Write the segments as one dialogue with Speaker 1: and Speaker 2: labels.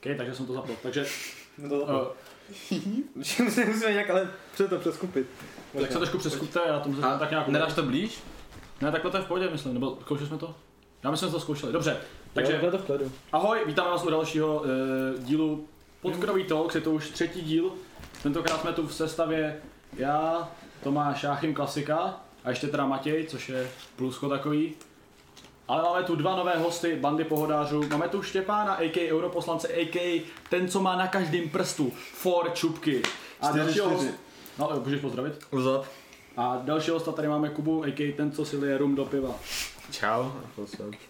Speaker 1: OK, takže jsem to zapnul. Takže
Speaker 2: No to
Speaker 1: uh,
Speaker 2: Musíme, musíme nějak ale před to přeskupit.
Speaker 1: eh, tak se trošku přeskupte, já tomu
Speaker 3: A
Speaker 1: zase tak nějak...
Speaker 3: nedáš to blíž?
Speaker 1: Ne, takhle to je v pohodě, myslím, nebo zkoušeli jsme to? Já myslím, že jsme to zkoušeli. Dobře, takže
Speaker 2: Takže to v klidu.
Speaker 1: Ahoj, vítáme vás u dalšího uh, dílu Podkrový Talks, je to už třetí díl. Tentokrát jsme tu v sestavě já, Tomáš Jáchym Klasika a ještě teda Matěj, což je plusko takový. Ale máme tu dva nové hosty, bandy pohodářů. Máme tu Štěpána, a.k. europoslance, a.k. ten, co má na každém prstu for čupky. A
Speaker 3: Čtyři,
Speaker 1: dalšího
Speaker 3: čtyři.
Speaker 1: hosta- No, můžeš pozdravit.
Speaker 3: Uzap.
Speaker 1: A dalšího hosta tady máme Kubu, a.k. ten, co si lije rum do piva.
Speaker 3: Čau.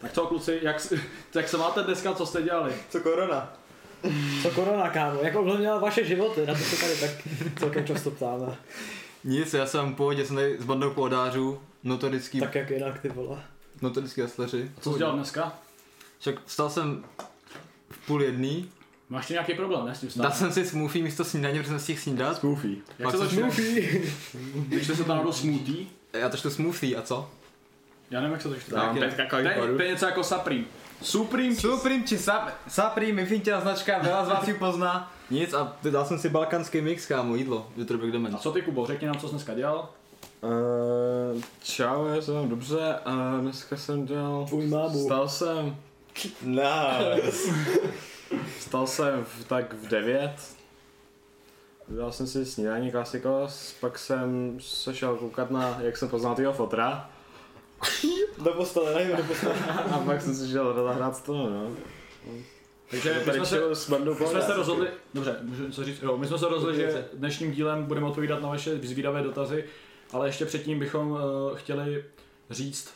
Speaker 1: Tak co kluci, jak, s- jak se máte dneska, co jste dělali?
Speaker 2: Co korona? Co korona, kámo? Jak ovlivnila vaše životy? Na to se tady tak celkem často ptáme.
Speaker 3: Nic, já jsem v pohodě, jsem tady s bandou pohodářů, notorický,
Speaker 2: Tak jak jinak ty vole.
Speaker 3: notorický asleři.
Speaker 1: Co jsi dělal dneska?
Speaker 3: Však vstal jsem v půl jedný,
Speaker 1: Máš ty nějaký problém, ne, s tím
Speaker 3: dal
Speaker 1: stále?
Speaker 3: jsem si smoothie místo snídaně, protože jsem si těch snídat.
Speaker 4: Goofy.
Speaker 1: Jak se
Speaker 3: Pak
Speaker 1: to
Speaker 3: se
Speaker 1: čte? Když jste se tam do smutí?
Speaker 3: Já to čtu smoothie, a co?
Speaker 1: Já nevím, jak se to čte.
Speaker 3: Tak, jak-
Speaker 1: To je- to je něco jako Supreme. Supreme?
Speaker 3: Supreme či sap, Supreme, infinitá značka, vela z vás ji pozná. Nic a t- dal jsem si balkanský mix, kámo, jídlo, Jutro
Speaker 1: A
Speaker 3: Demen.
Speaker 1: co ty, Kubo, řekni nám, co jsi dneska dělal.
Speaker 4: Uh, čau, já jsem vám dobře a dneska jsem dělal...
Speaker 2: Tvůj mámu.
Speaker 4: Stal jsem... Nice. Stal jsem v, tak v 9. Udělal jsem si snídaní klasikos, pak jsem se šel koukat na, jak jsem poznal tyho fotra.
Speaker 2: Do postele, nevím, do postele.
Speaker 4: A pak jsem si šel rozehrát stranu, no.
Speaker 1: Takže my
Speaker 4: Tady
Speaker 1: jsme se,
Speaker 4: šel s bandou
Speaker 1: my jsme se
Speaker 4: Pohodářů.
Speaker 1: rozhodli, dobře, můžu něco říct, jo, my jsme se rozhodli, že dnešním dílem budeme odpovídat na vaše zvídavé dotazy, ale ještě předtím bychom eh, chtěli říct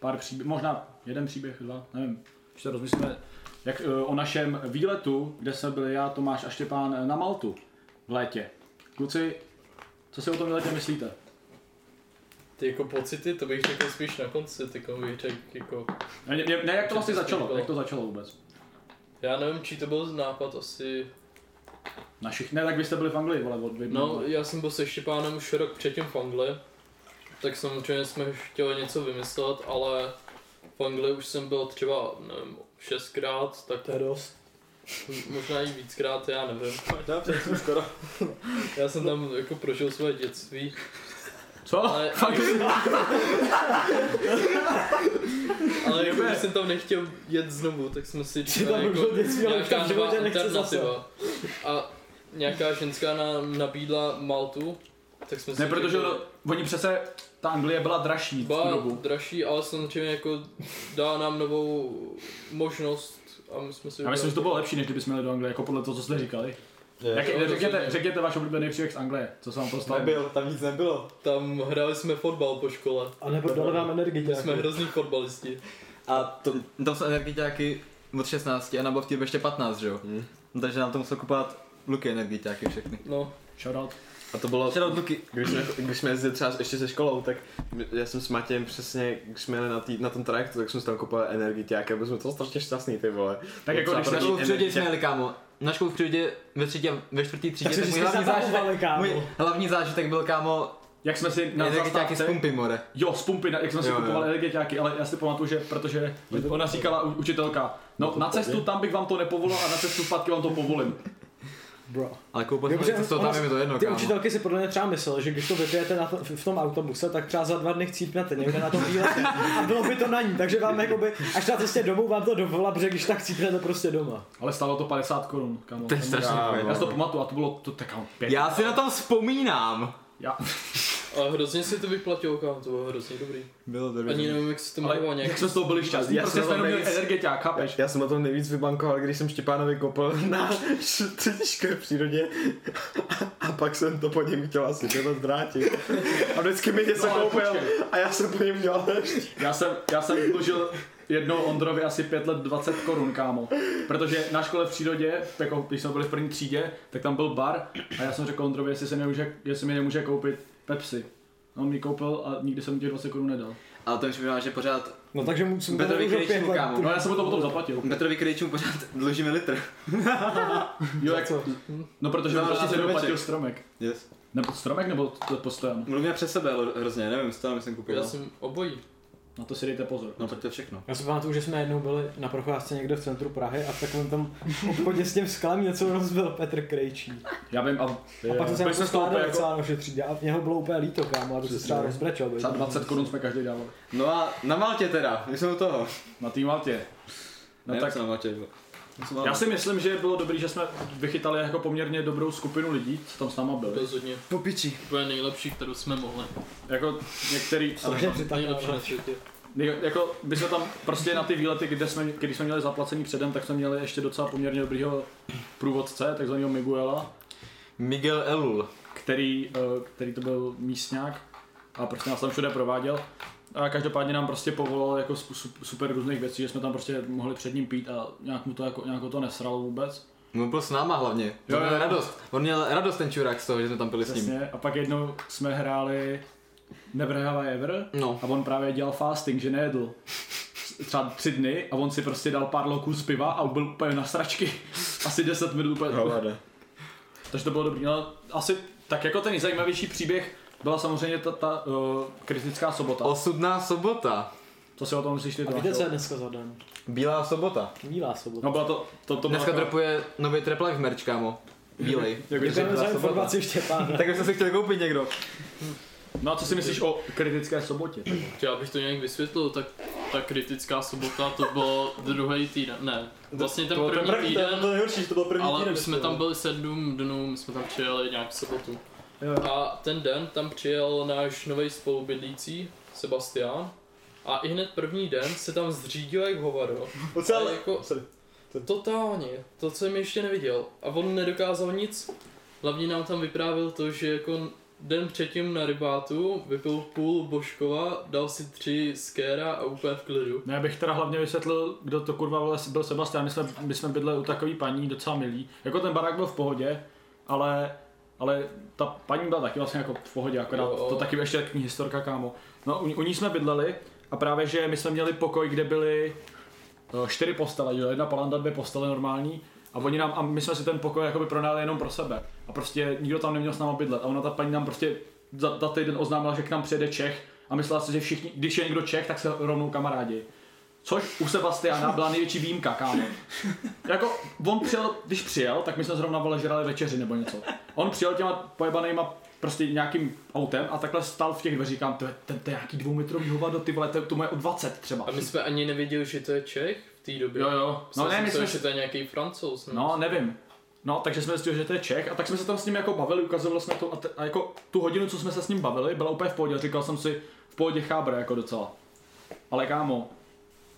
Speaker 1: pár příběhů, možná jeden příběh, dva, nevím, když to rozmyslíme, jak eh, o našem výletu, kde jsme byli já, Tomáš a Štěpán eh, na Maltu v létě. Kluci, co si o tom výletě myslíte?
Speaker 5: Ty jako pocity, to bych řekl spíš na konci, ty jako bych řekl jako...
Speaker 1: Ne, ne, ne, jak to vlastně začalo? Jak to začalo vůbec?
Speaker 5: Já nevím, čí to byl nápad asi...
Speaker 1: Našich, ne, tak vy jste byli v Anglii, vole, od dvě
Speaker 5: No, já jsem byl se Štěpánem už rok předtím v Anglii, tak samozřejmě jsme chtěli něco vymyslet, ale v Anglii už jsem byl třeba, nevím, šestkrát, tak
Speaker 2: To je dost.
Speaker 5: možná i víckrát, já nevím.
Speaker 2: Dobře, jsem skoro.
Speaker 5: Já jsem tam jako prožil své dětství,
Speaker 1: Co?
Speaker 5: ale,
Speaker 1: Fakt?
Speaker 5: ale jako když jsem tam nechtěl jet znovu, tak jsme si
Speaker 2: Ty tam
Speaker 5: jako-
Speaker 2: bylo dětství, ale už
Speaker 5: nějaká
Speaker 2: tam v
Speaker 5: nová
Speaker 2: životě nechci zase.
Speaker 5: alternativa. A nějaká ženská nám nabídla Maltu, tak jsme si
Speaker 1: Ne, protože
Speaker 5: řekli,
Speaker 1: ono, oni přece, ta Anglie byla dražší v tu
Speaker 5: byla
Speaker 1: dobu.
Speaker 5: dražší, ale samozřejmě jako dá nám novou možnost a my jsme si
Speaker 1: Já myslím,
Speaker 5: vybrali-
Speaker 1: že to bylo lepší, než kdybychom jeli do Anglie, jako podle toho, co jste říkali. Jak,
Speaker 5: Jo,
Speaker 1: řekněte,
Speaker 5: rozhodně.
Speaker 1: řekněte váš oblíbený příběh z Anglie, co se vám to stalo.
Speaker 2: tam nic nebylo.
Speaker 5: Tam hráli jsme fotbal po škole.
Speaker 2: A nebo dole vám energii
Speaker 5: My jsme
Speaker 2: nějakou.
Speaker 5: hrozní fotbalisti.
Speaker 3: A to, tam jsou energiťáky od 16 a na bavtě ještě 15, že jo?
Speaker 4: Hm.
Speaker 3: No, takže nám to musel kupovat Luky energiťáky všechny.
Speaker 5: No,
Speaker 1: Shoutout.
Speaker 4: A to bylo...
Speaker 3: Včera od Luky.
Speaker 4: Když jsme, když jsme jezdili třeba ještě se školou, tak my- já jsem s Matějem přesně, když jsme jeli na, tý, na ten trajekt, tak jsme si tam kupovali energiťáky a byli jsme to strašně šťastný ty vole.
Speaker 1: Tak jako když
Speaker 3: Na
Speaker 1: jste,
Speaker 4: Západní-
Speaker 3: školu v přírodě
Speaker 4: energiťák-
Speaker 3: jsme jeli, kámo. Na školu v přírodě ve třetí a ve čtvrtý třídě,
Speaker 2: Takže
Speaker 3: tak můj
Speaker 2: jste
Speaker 3: hlavní zážitek,
Speaker 2: zapalovali, kámo.
Speaker 3: můj hlavní zážitek byl, kámo,
Speaker 1: jak jsme si na
Speaker 3: energiťáky z
Speaker 1: zastávce,
Speaker 3: pumpy, more.
Speaker 1: jo, z pumpy, na- jak jsme si
Speaker 3: Jo, jo.
Speaker 1: kupovali energetiáky, ale já si pamatuju, že protože ona říkala u- učitelka, no na cestu tam bych vám to nepovolil a na cestu zpátky vám to povolím.
Speaker 2: Bro.
Speaker 3: Ale koupil
Speaker 2: Dobře,
Speaker 3: jsem něco z toho,
Speaker 2: ono-
Speaker 3: tam je mi to jedno,
Speaker 2: Ty
Speaker 3: kámo.
Speaker 2: učitelky si podle mě třeba myslely, že když to vypijete na to, v tom autobuse, tak třeba za dva dny chcípnete někde na tom výletě a bylo by to na ní, takže vám jakoby, až na cestě domů vám to dovolá, protože když tak chcípnete prostě doma.
Speaker 1: Ale stálo to 50 korun, kamo.
Speaker 3: To je strašně
Speaker 1: Já si to
Speaker 3: fajn.
Speaker 1: pamatuju a to bylo to tak pět.
Speaker 3: Já si na to vzpomínám.
Speaker 1: Já,
Speaker 5: a hrozně si to vyplatilo, kámo, to bylo hrozně dobrý.
Speaker 3: Bylo to
Speaker 5: Ani nevím, jak se to jmenovalo
Speaker 1: ale
Speaker 5: nějak.
Speaker 1: jak jsme z toho byli šťastní,
Speaker 4: Já
Speaker 1: prostě
Speaker 4: jsem
Speaker 1: jsme jenom měli
Speaker 4: nejvíc-
Speaker 1: energetiák, chápeš?
Speaker 4: Já jsem na tom nejvíc vybankoval, když jsem Štěpánovi koupil na třetí škole v přírodě a pak jsem to po něm chtěl asi to vrátit. A vždycky mi něco
Speaker 1: No, ale
Speaker 4: koupil
Speaker 1: počkej.
Speaker 4: a já jsem po něm dělal
Speaker 1: Já jsem, já jsem dlužil jednou Ondrovi asi 5 let 20 korun, kámo. Protože na škole v přírodě, jako když jsme byli v první třídě, tak tam byl bar a já jsem řekl Ondrovi, jestli, se nemůže, jestli mi nemůže koupit Pepsi. A on mi koupil a nikdy jsem mu těch 20 korun nedal.
Speaker 3: Ale to mi připomíná, že pořád
Speaker 2: No takže mu jako- jsem
Speaker 3: Petrovi
Speaker 2: už o
Speaker 3: Krejčíku,
Speaker 2: pět let.
Speaker 3: kámo.
Speaker 1: No já jsem mu to potom zaplatil.
Speaker 3: Petrovi Krejčům pořád dlužíme litr.
Speaker 1: Jo, jak, no protože
Speaker 3: Za
Speaker 1: on prostě
Speaker 3: nás
Speaker 1: se
Speaker 3: to
Speaker 1: doplatil
Speaker 3: večer.
Speaker 1: stromek.
Speaker 3: Yes.
Speaker 1: Nebo stromek nebo t- postojan?
Speaker 3: Mluvím přes sebe ale hrozně, nevím, co tam jsem koupil.
Speaker 5: Já jsem obojí.
Speaker 1: Na to si dejte pozor.
Speaker 3: No tak to je všechno.
Speaker 2: Já si pamatuju, že jsme jednou byli na procházce někde v centru Prahy a v takovém tom obchodě s tím sklem něco rozbil Petr Krejčí.
Speaker 1: Já vím, a,
Speaker 2: A pak to se
Speaker 1: byli
Speaker 2: jako
Speaker 1: jsme z toho
Speaker 2: skládal
Speaker 1: úplně jako
Speaker 2: jako... naše třídě a mě ho bylo úplně líto, kámo, a to se třeba rozbrečel.
Speaker 1: třeba 20 korun jsme každý dávali.
Speaker 3: No a na Maltě teda, my jsme u toho.
Speaker 1: Na tým Maltě. No
Speaker 3: Ne,
Speaker 1: tak-
Speaker 3: jsem na Maltě. byl. Jsem
Speaker 1: Já si myslím, že bylo dobré, že jsme vychytali jako poměrně dobrou skupinu lidí, co tam s náma byli.
Speaker 5: Rozhodně.
Speaker 3: po piči.
Speaker 5: Úplně nejlepší, kterou jsme mohli.
Speaker 1: Jako některý,
Speaker 2: Takže
Speaker 5: Nejlepší na světě.
Speaker 1: nej- jako by jsme tam prostě na ty výlety, kde jsme, když jsme měli zaplacení předem, tak jsme měli ještě docela poměrně dobrýho průvodce, takzvaného Miguela,
Speaker 3: Miguel Elul.
Speaker 1: který, eh, který to byl místňák a prostě nás tam všude prováděl. A každopádně nám prostě povolal jako spu- super různých věcí, že jsme tam prostě mohli před ním pít a nějak mu to jako, nějak ho to nesralo vůbec.
Speaker 3: No byl s náma hlavně.
Speaker 1: Jo,
Speaker 3: On
Speaker 1: jo,
Speaker 3: měl
Speaker 1: jo.
Speaker 3: radost. On měl radost ten čurák z toho, že jsme tam pili s ním.
Speaker 1: Přesně. A pak jednou jsme hráli Never Have I Ever
Speaker 3: No.
Speaker 1: a on právě dělal fasting, že nejedl třeba tři dny a on si prostě dal pár loků z piva a byl úplně na sračky. Asi 10 minut úplně.
Speaker 4: Hovada.
Speaker 1: Takže to bylo dobrý. No, asi tak jako ten nejzajímavější příběh byla samozřejmě ta, ta uh, kritická sobota.
Speaker 3: Osudná sobota.
Speaker 1: Co si o tom myslíš ty?
Speaker 2: A
Speaker 1: Tomáš?
Speaker 2: víte, co je dneska za den?
Speaker 3: Bílá sobota.
Speaker 2: Bílá sobota.
Speaker 1: No byla to, to, to jako-
Speaker 3: Dneska
Speaker 1: byla,
Speaker 3: dropuje nový Trap Life merch, kámo. Bílej.
Speaker 1: jako,
Speaker 2: Děkujeme
Speaker 3: Bílá
Speaker 2: za
Speaker 3: sobota.
Speaker 2: informaci, Štěpán.
Speaker 3: Tak už jsem si chtěl koupit někdo.
Speaker 1: No a co si myslíš o kritické sobotě?
Speaker 5: Já bych to nějak vysvětlil, tak ta kritická sobota to bylo druhý týden, ne, vlastně ten
Speaker 1: To- to-
Speaker 5: první týden,
Speaker 4: nejhorší, že to byl první
Speaker 5: ale už jsme tam byli sedm dnů, my jsme tam přijeli nějak v sobotu.
Speaker 1: Jo.
Speaker 5: A ten den tam přijel náš nový spolubydlící, Sebastián, a i hned první den se tam zřídil jak hovado. Ale jako,
Speaker 4: sorry.
Speaker 5: totálně, to jsem ještě neviděl. A on nedokázal nic, hlavně nám tam vyprávěl to, že jako den předtím na rybátu vypil půl božkova, dal si tři skéra a úplně v klidu.
Speaker 1: No já bych teda hlavně vysvětlil, kdo to kurva vole byl Sebastian, my jsme, my jsme bydleli u takový paní, docela milý. Jako ten barák byl v pohodě, ale, ale ta paní byla taky vlastně jako v pohodě, akorát
Speaker 5: Jo.
Speaker 1: to taky ještě taky historka, kámo. No u, ní- u ní jsme bydleli a právě, že my jsme měli pokoj, kde byly eh, čtyři postele, jo, jedna palanda, dvě postele normální. A oni nám, a my jsme si ten pokoj jakoby pronajali jenom pro sebe. A prostě nikdo tam neměl s náma bydlet. A ona ta paní nám prostě za, za týden oznámila, že k nám přijede Čech. A myslela si, že všichni, když je někdo Čech, tak se rovnou kamarádi. Což u Sebastiana byla největší výjimka, kámo. Jako, on přijel, když přijel, tak my jsme zrovna vole žrali večeři nebo něco. On přijel těma pojebanýma prostě nějakým autem a takhle stál v těch dveřích, říkám, to je, ten, to je nějaký dvoumetrový hovado, ty vole, to, to mu je o 20 třeba.
Speaker 5: A my jsme ani nevěděli, že to je Čech v té době.
Speaker 1: Jo, jo. No
Speaker 5: Myslel
Speaker 1: ne,
Speaker 5: jsem
Speaker 1: my
Speaker 5: si,
Speaker 1: jsme,
Speaker 5: že to je nějaký francouz. ne?
Speaker 1: No, nevím. No, takže jsme zjistili, že to je Čech a tak jsme se tam s ním jako bavili, ukazovali jsme to a, t- a jako tu hodinu, co jsme se s ním bavili, byla úplně v pohodě. Říkal jsem si, v pohodě chábra jako docela. Ale kámo,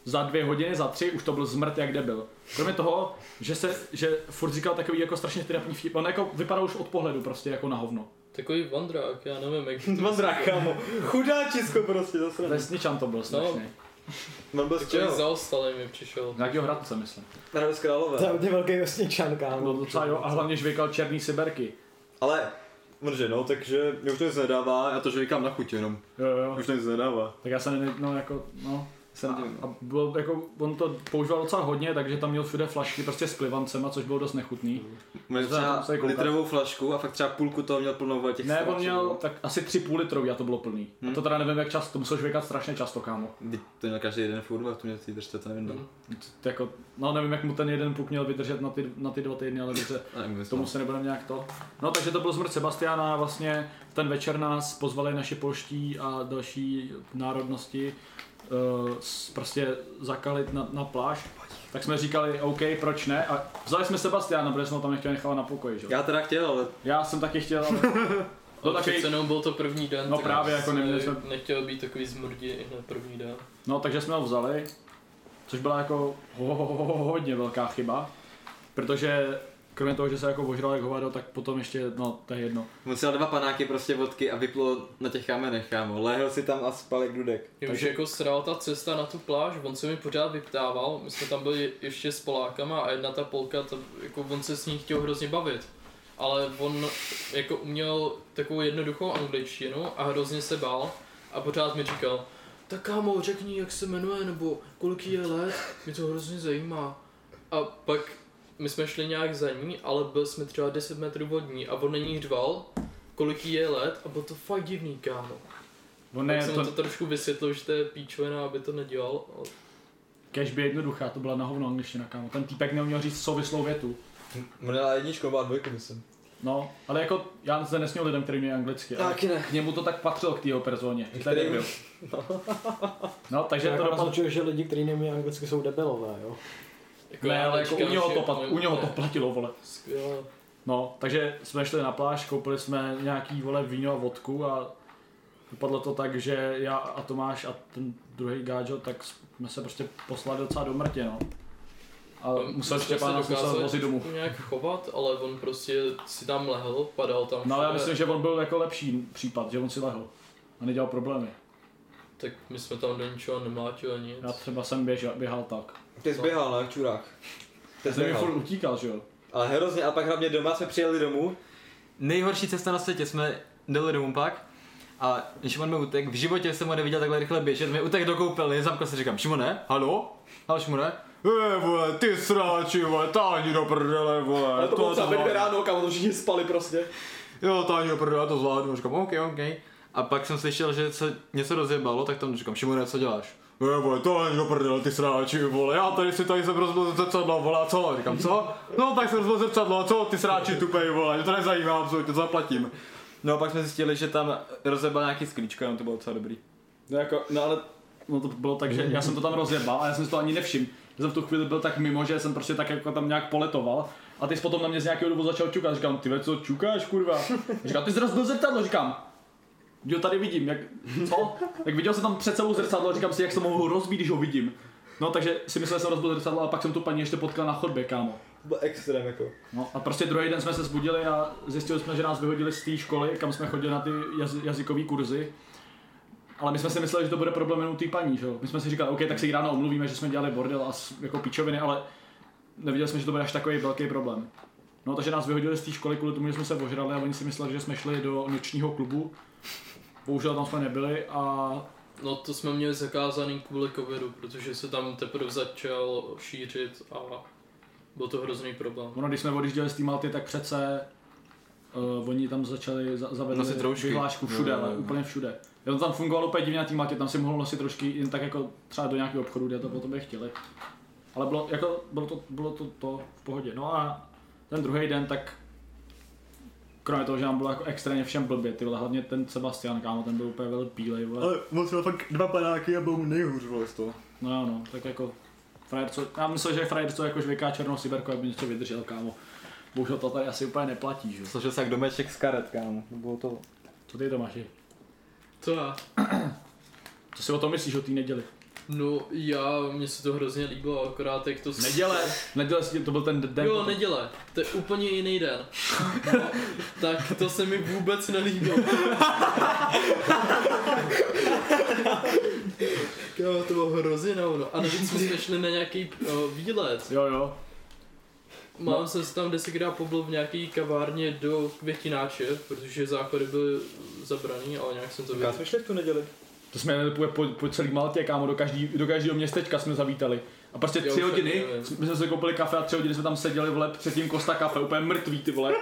Speaker 1: za dvě hodiny, za tři už to byl zmrt, jak debil. Kromě toho, že se, že furt říkal takový jako strašně trapný vtip, on jako vypadal už od pohledu prostě jako na hovno.
Speaker 5: Takový vandrák, já nevím, jak
Speaker 3: Mazrák, kámo.
Speaker 4: Chudáčisko prostě zase.
Speaker 1: Vesničan to byl strašný.
Speaker 4: Mám byl
Speaker 5: Člověk zaostalý mi přišel.
Speaker 1: Nějakýho hradce, myslím.
Speaker 3: Hradu z Králové.
Speaker 2: To je hodně velký vesničan,
Speaker 1: Byl
Speaker 6: No,
Speaker 2: kámo.
Speaker 1: docela jo, a hlavně žvykal černý siberky.
Speaker 3: Ale
Speaker 4: Mrže, no, takže mě už to nic nedává, já
Speaker 3: já to říkám na chuť jenom.
Speaker 1: Jo, jo.
Speaker 4: už to nic nedává.
Speaker 1: Tak já se ne, no jako, no. Jsem
Speaker 3: divný.
Speaker 1: a, a byl, jako, on to používal docela hodně, takže tam měl všude flašky prostě s plivancema, což bylo dost nechutný.
Speaker 3: Měl
Speaker 1: To se na to
Speaker 3: třeba
Speaker 1: musí koukat.
Speaker 3: litrovou flašku a fakt třeba půlku toho měl plnou těch
Speaker 1: Ne, on
Speaker 3: sraček,
Speaker 1: měl
Speaker 3: no.
Speaker 1: tak asi tři půl litrový a to bylo plný. A to teda nevím jak často, to musel žvěkat strašně často, kámo.
Speaker 3: Vždyť To měl každý den furt, a to měl si držte, to
Speaker 5: Mhm.
Speaker 3: nevím.
Speaker 1: To Jako, no nevím, jak mu ten jeden puk měl vydržet na ty, na ty dva týdny, ale dobře, tomu se nebudeme nějak to. No takže to byl smrt Sebastiana a vlastně v ten večer nás pozvali naši polští a další národnosti eh, s- prostě zakalit na, na pláž. Tak jsme říkali, OK, proč ne? A vzali jsme Sebastiana, protože jsme ho tam nechtěli nechat na pokoji, že? jo?
Speaker 3: Já teda chtěl, ale
Speaker 1: Já jsem taky chtěl, ale... No,
Speaker 5: No tak
Speaker 1: taky,
Speaker 5: přece jenom byl to první den,
Speaker 1: No
Speaker 5: tak
Speaker 1: právě, jako
Speaker 5: jsem
Speaker 1: neměli jsme-
Speaker 5: Nechtěl být takový zmrdí i hned první den.
Speaker 1: no takže jsme ho vzali, což byla jako ho, ho, ho, ho, hodně velká chyba, protože kromě toho, že se jako ožral jak hovado, tak potom ještě, no to je jedno.
Speaker 3: on si dal dva panáky prostě vodky a vyplo na těch kamenech, kámo. Lehl si tam a spal jak dudek.
Speaker 5: Mě už jako sral ta cesta na tu pláž, on se mi pořád vyptával, my jsme tam byli ještě s Polákama a jedna ta Polka, ta, jako on se s ní chtěl hrozně bavit. Ale on jako uměl takovou jednoduchou angličtinu a hrozně se bál a pořád mi říkal, tak kámo, řekni, jak se jmenuje, nebo kolik jí je let, mě to hrozně zajímá. A pak my jsme šli nějak za ní, ale byl jsme třeba 10 metrů od ní a on na ní řval, kolik jí je let a bylo to fakt divný, kámo.
Speaker 1: On
Speaker 5: Ne,
Speaker 1: ne,
Speaker 5: tak jsem to... to
Speaker 1: to,
Speaker 5: trošku vysvětlil, že to je píčovina, aby to nedělal. No, ale-
Speaker 1: cash by jednoduchá, to byla na hovno angličtina, kámo. Ten týpek neuměl říct souvislou větu.
Speaker 3: Měla jedničku, byla dvojku, myslím.
Speaker 1: No, ale jako já se nesměl lidem, který mě anglicky, ale
Speaker 2: Taky ne.
Speaker 1: k němu to tak patřilo k té jeho personě. že to je
Speaker 3: Který-
Speaker 1: debil. No, takže
Speaker 2: Takže
Speaker 1: to
Speaker 2: to
Speaker 1: dopadlo.
Speaker 2: naznačuje, jako že lidi, kteří neumí anglicky, jsou debilové, jo.
Speaker 5: Jako
Speaker 1: Ne,
Speaker 5: já
Speaker 1: ale jako u
Speaker 5: neříkám,
Speaker 1: něho
Speaker 5: že-
Speaker 1: to, pat, u něho to
Speaker 5: ne.
Speaker 1: platilo, vole.
Speaker 5: Skvělé.
Speaker 1: No, takže jsme šli na pláž, koupili jsme nějaký vole víno a vodku a dopadlo to tak, že já a Tomáš a ten druhý gáčo, tak jsme se prostě poslali docela do mrtě, no. A
Speaker 5: My
Speaker 1: musel
Speaker 5: jsme se
Speaker 1: Štěpán nás musel
Speaker 5: dokázali
Speaker 1: vozit domů.
Speaker 5: trošku nějak chovat, ale on prostě si tam lehl, padal tam.
Speaker 1: No ale já
Speaker 5: všude.
Speaker 1: myslím, že on byl jako lepší případ, že on si lehl a nedělal problémy.
Speaker 5: Tak my jsme tam do ničeho nemlátili nic.
Speaker 1: Já třeba jsem běžel, běhal tak.
Speaker 3: Ty jsi běhal, ne, v čurách. Ty
Speaker 1: Já
Speaker 3: jsi
Speaker 1: jsem mi
Speaker 3: běhal.
Speaker 1: furt utíkal, že jo.
Speaker 3: Ale hrozně, a pak hlavně doma jsme přijeli domů. Nejhorší cesta na světě, jsme jeli domů pak. A Šimon mi utek, v životě jsem ho neviděl takhle rychle běžet, mi utek do koupelny, zamkl se, říkám, Šimone, halo? Halo Šimone? Je, vole, ty sráči, vole, táni do prdele, vole,
Speaker 7: Ale to bylo třeba ve dvě
Speaker 3: zvládnu.
Speaker 7: ráno, kam to všichni spali prostě.
Speaker 3: Jo, táni do prdele, já to zvládnu, říkám, OK, OK. A pak jsem slyšel, že se něco rozjebalo, tak tam říkám, Šimone, co děláš? Je, vole, táni do prdele, ty sráči, vole, já tady si tady jsem rozbil zrcadlo, vole, a co? Říkám, co? No, tak jsem rozbil zrcadlo, a co? Ty sráči tupej, vole, mě to nezajímá, absolutně, to zaplatím. No a pak jsme zjistili, že tam rozjebal nějaký sklíčko, jenom to bylo docela dobrý.
Speaker 7: No jako, no ale
Speaker 1: No to bylo tak, že já jsem to tam rozjebal a já jsem si to ani nevšiml. Já jsem v tu chvíli byl tak mimo, že jsem prostě tak jako tam nějak poletoval. A ty jsi potom na mě z nějakého důvodu začal čukat. Říkám, ty ve, co čukáš, kurva? Říkám, ty jsi rozbil zrcadlo, říkám. Jo, tady vidím, jak, co? Tak viděl jsem tam před sebou zrcadlo, říkám si, jak se mohu rozbít, když ho vidím. No, takže si myslel, že jsem rozbil zrcadlo, ale pak jsem tu paní ještě potkal na chodbě, kámo.
Speaker 7: to byl extrém jako.
Speaker 1: No a prostě druhý den jsme se zbudili a zjistili jsme, že nás vyhodili z té školy, kam jsme chodili na ty jaz- jazykové kurzy. Ale my jsme si mysleli, že to bude problém jenom té paní, že jo? My jsme si říkali, OK, tak si jí ráno omluvíme, že jsme dělali bordel a s- jako pičoviny, ale neviděli jsme, že to bude až takový velký problém. No takže nás vyhodili z té školy kvůli tomu, že jsme se ožrali a oni si mysleli, že jsme šli do nočního klubu. Bohužel tam jsme nebyli a
Speaker 5: No to jsme měli zakázaný kvůli covidu, protože se tam teprve začal šířit a byl to hrozný problém.
Speaker 1: Ono, když jsme odjížděli z té Malty, tak přece uh, oni tam začali za-
Speaker 3: Nosit
Speaker 1: zavedli
Speaker 3: roušky.
Speaker 1: vyhlášku všude,
Speaker 3: Jo, jo,
Speaker 1: ale
Speaker 3: jo.
Speaker 1: úplně všude. Jo, to tam fungovalo úplně divně na té Maltě, tam si mohl nosit trošky jen tak jako třeba do nějakého obchodu, kde to potom je chtěli. Ale bylo, jako, bylo, to, bylo to, to v pohodě. No a ten druhý den tak Kromě toho, že nám bylo jako extrémně všem blbě, ty vole, hlavně ten Sebastian, kámo, ten byl úplně velmi bílej, vole.
Speaker 3: on si fakt dva panáky a byl mu nejhůř, vole, z toho.
Speaker 1: No jo, no, tak jako frajer, co, já myslel, že frajer, co jako žvejká černou siberku, aby něco vydržel, kámo. Bohužel to tady asi úplně neplatí, že? jo.
Speaker 3: Složil se jak domeček z karet, kámo, to bylo to.
Speaker 1: Co ty, Tomáši?
Speaker 5: To já.
Speaker 1: Co si o tom myslíš o té neděli?
Speaker 5: No já, mně se to hrozně líbilo, akorát jak to...
Speaker 1: Neděle? Neděle si- to byl ten den.
Speaker 5: Jo,
Speaker 1: potom.
Speaker 5: neděle, to je úplně jiný den. No, tak to se mi vůbec nelíbilo. Jo, to bylo hrozně na ono. A navíc jsme šli na nějaký uh, výlet.
Speaker 1: Jo, jo.
Speaker 5: Mám jsem se tam desetkrát poblil v nějaký kavárně do květináče, protože záchody byly zabraný, ale nějak jsem to
Speaker 7: Kam
Speaker 5: viděl.
Speaker 7: jsme šli v tu neděli?
Speaker 1: To jsme jeli po, po, po celý Maltě, kámo, do, každý, do každého městečka jsme zavítali. A prostě
Speaker 5: Jo,
Speaker 1: tři
Speaker 5: už tak
Speaker 1: hodiny
Speaker 5: nevím.
Speaker 1: jsme jsme si koupili kafe a tři hodiny jsme tam seděli, vole, předtím Kosta kafe, úplně mrtvý, ty vole.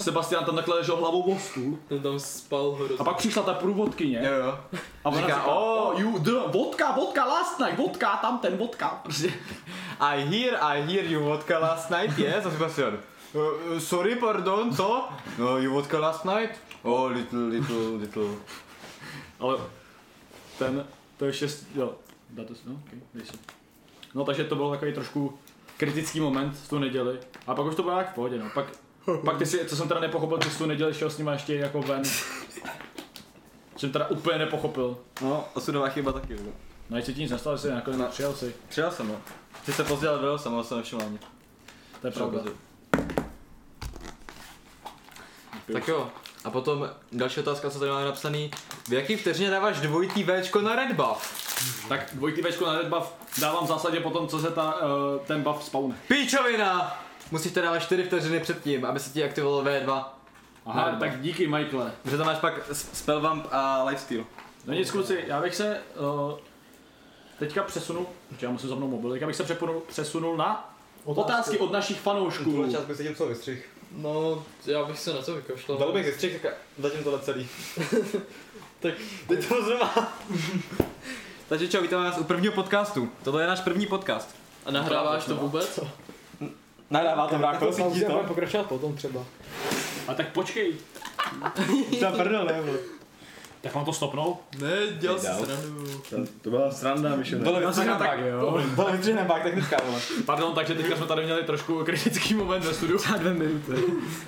Speaker 1: Sebastian tam takhle ležel hlavou o stůl.
Speaker 5: Ten tam spal hrozně.
Speaker 1: A pak přišla ta průvodkyně.
Speaker 3: Jo, jo.
Speaker 1: A ona
Speaker 3: Říká,
Speaker 1: říká,
Speaker 5: "Oh."
Speaker 1: o, you, the, vodka, vodka, last night, vodka, tam ten vodka. Prostě.
Speaker 3: I hear, I hear you vodka last night, yes, a Sebastian. Uh, uh, sorry, pardon, co? No, you vodka last night? Oh, little, little, little.
Speaker 1: Ale ten, to je šest, jo, dá to, no, okay, dej si. No takže to byl takový trošku kritický moment v tu neděli. A pak už to bylo nějak v pohodě, no. Pak, pak ty si, co jsem teda nepochopil, ty jsi tu neděli šel s nima ještě jako ven. Jsem teda úplně nepochopil.
Speaker 3: No, osudová chyba taky, že?
Speaker 1: No jestli ti nic nestalo, jsi nakonec
Speaker 3: Ne.
Speaker 1: přijel si.
Speaker 3: Přijel jsem, no. Ty se pozdě dojel jsem, ale jsem nevšiml ani.
Speaker 1: To je pravda.
Speaker 3: Tak jo, a potom další otázka, co tady máme napsaný. V jaký vteřině dáváš dvojitý Včko na red buff?
Speaker 1: Tak dvojitý večko na red buff dávám v zásadě potom, co se ta, eh, ten buff spawne.
Speaker 3: Píčovina! Musíš to dávat 4 vteřiny předtím, aby se ti aktivovalo V2.
Speaker 1: Aha,
Speaker 3: Red buff.
Speaker 1: tak díky Michaele.
Speaker 3: Protože tam máš pak s- spellvamp a lifesteal.
Speaker 1: No nic kluci, já bych se uh, teďka přesunul, že já musím zapnout mobil, teďka bych se přepunul, přesunul na otázky. otázky od našich fanoušků.
Speaker 7: Tuhle část bych se tím co vystřih.
Speaker 5: No, já bych se na to vykašlal.
Speaker 7: Dal bych vystřih, tak zatím tohle celý.
Speaker 2: Teď to zrovna.
Speaker 3: Takže čau, vítáme vás u prvního podcastu. Tohle je náš první podcast.
Speaker 5: A nahráváš to vůbec?
Speaker 6: Nahrává to v
Speaker 2: Tak to
Speaker 6: rákole,
Speaker 2: pauzu
Speaker 6: cítíš
Speaker 2: a budeme
Speaker 6: to?
Speaker 2: pokračovat potom třeba.
Speaker 1: A tak počkej,
Speaker 6: Za prdel, jo.
Speaker 1: tak mám to stopnout?
Speaker 5: Ne, dělal si srandu.
Speaker 4: To byla sranda, myšlené.
Speaker 6: Dole
Speaker 1: tak,
Speaker 6: vytřeneme pak,
Speaker 1: jo.
Speaker 6: dole vytřeneme pak technická, vole.
Speaker 1: Pardon, takže teďka jsme tady měli trošku kritický moment ve studiu. Za dvě minuty.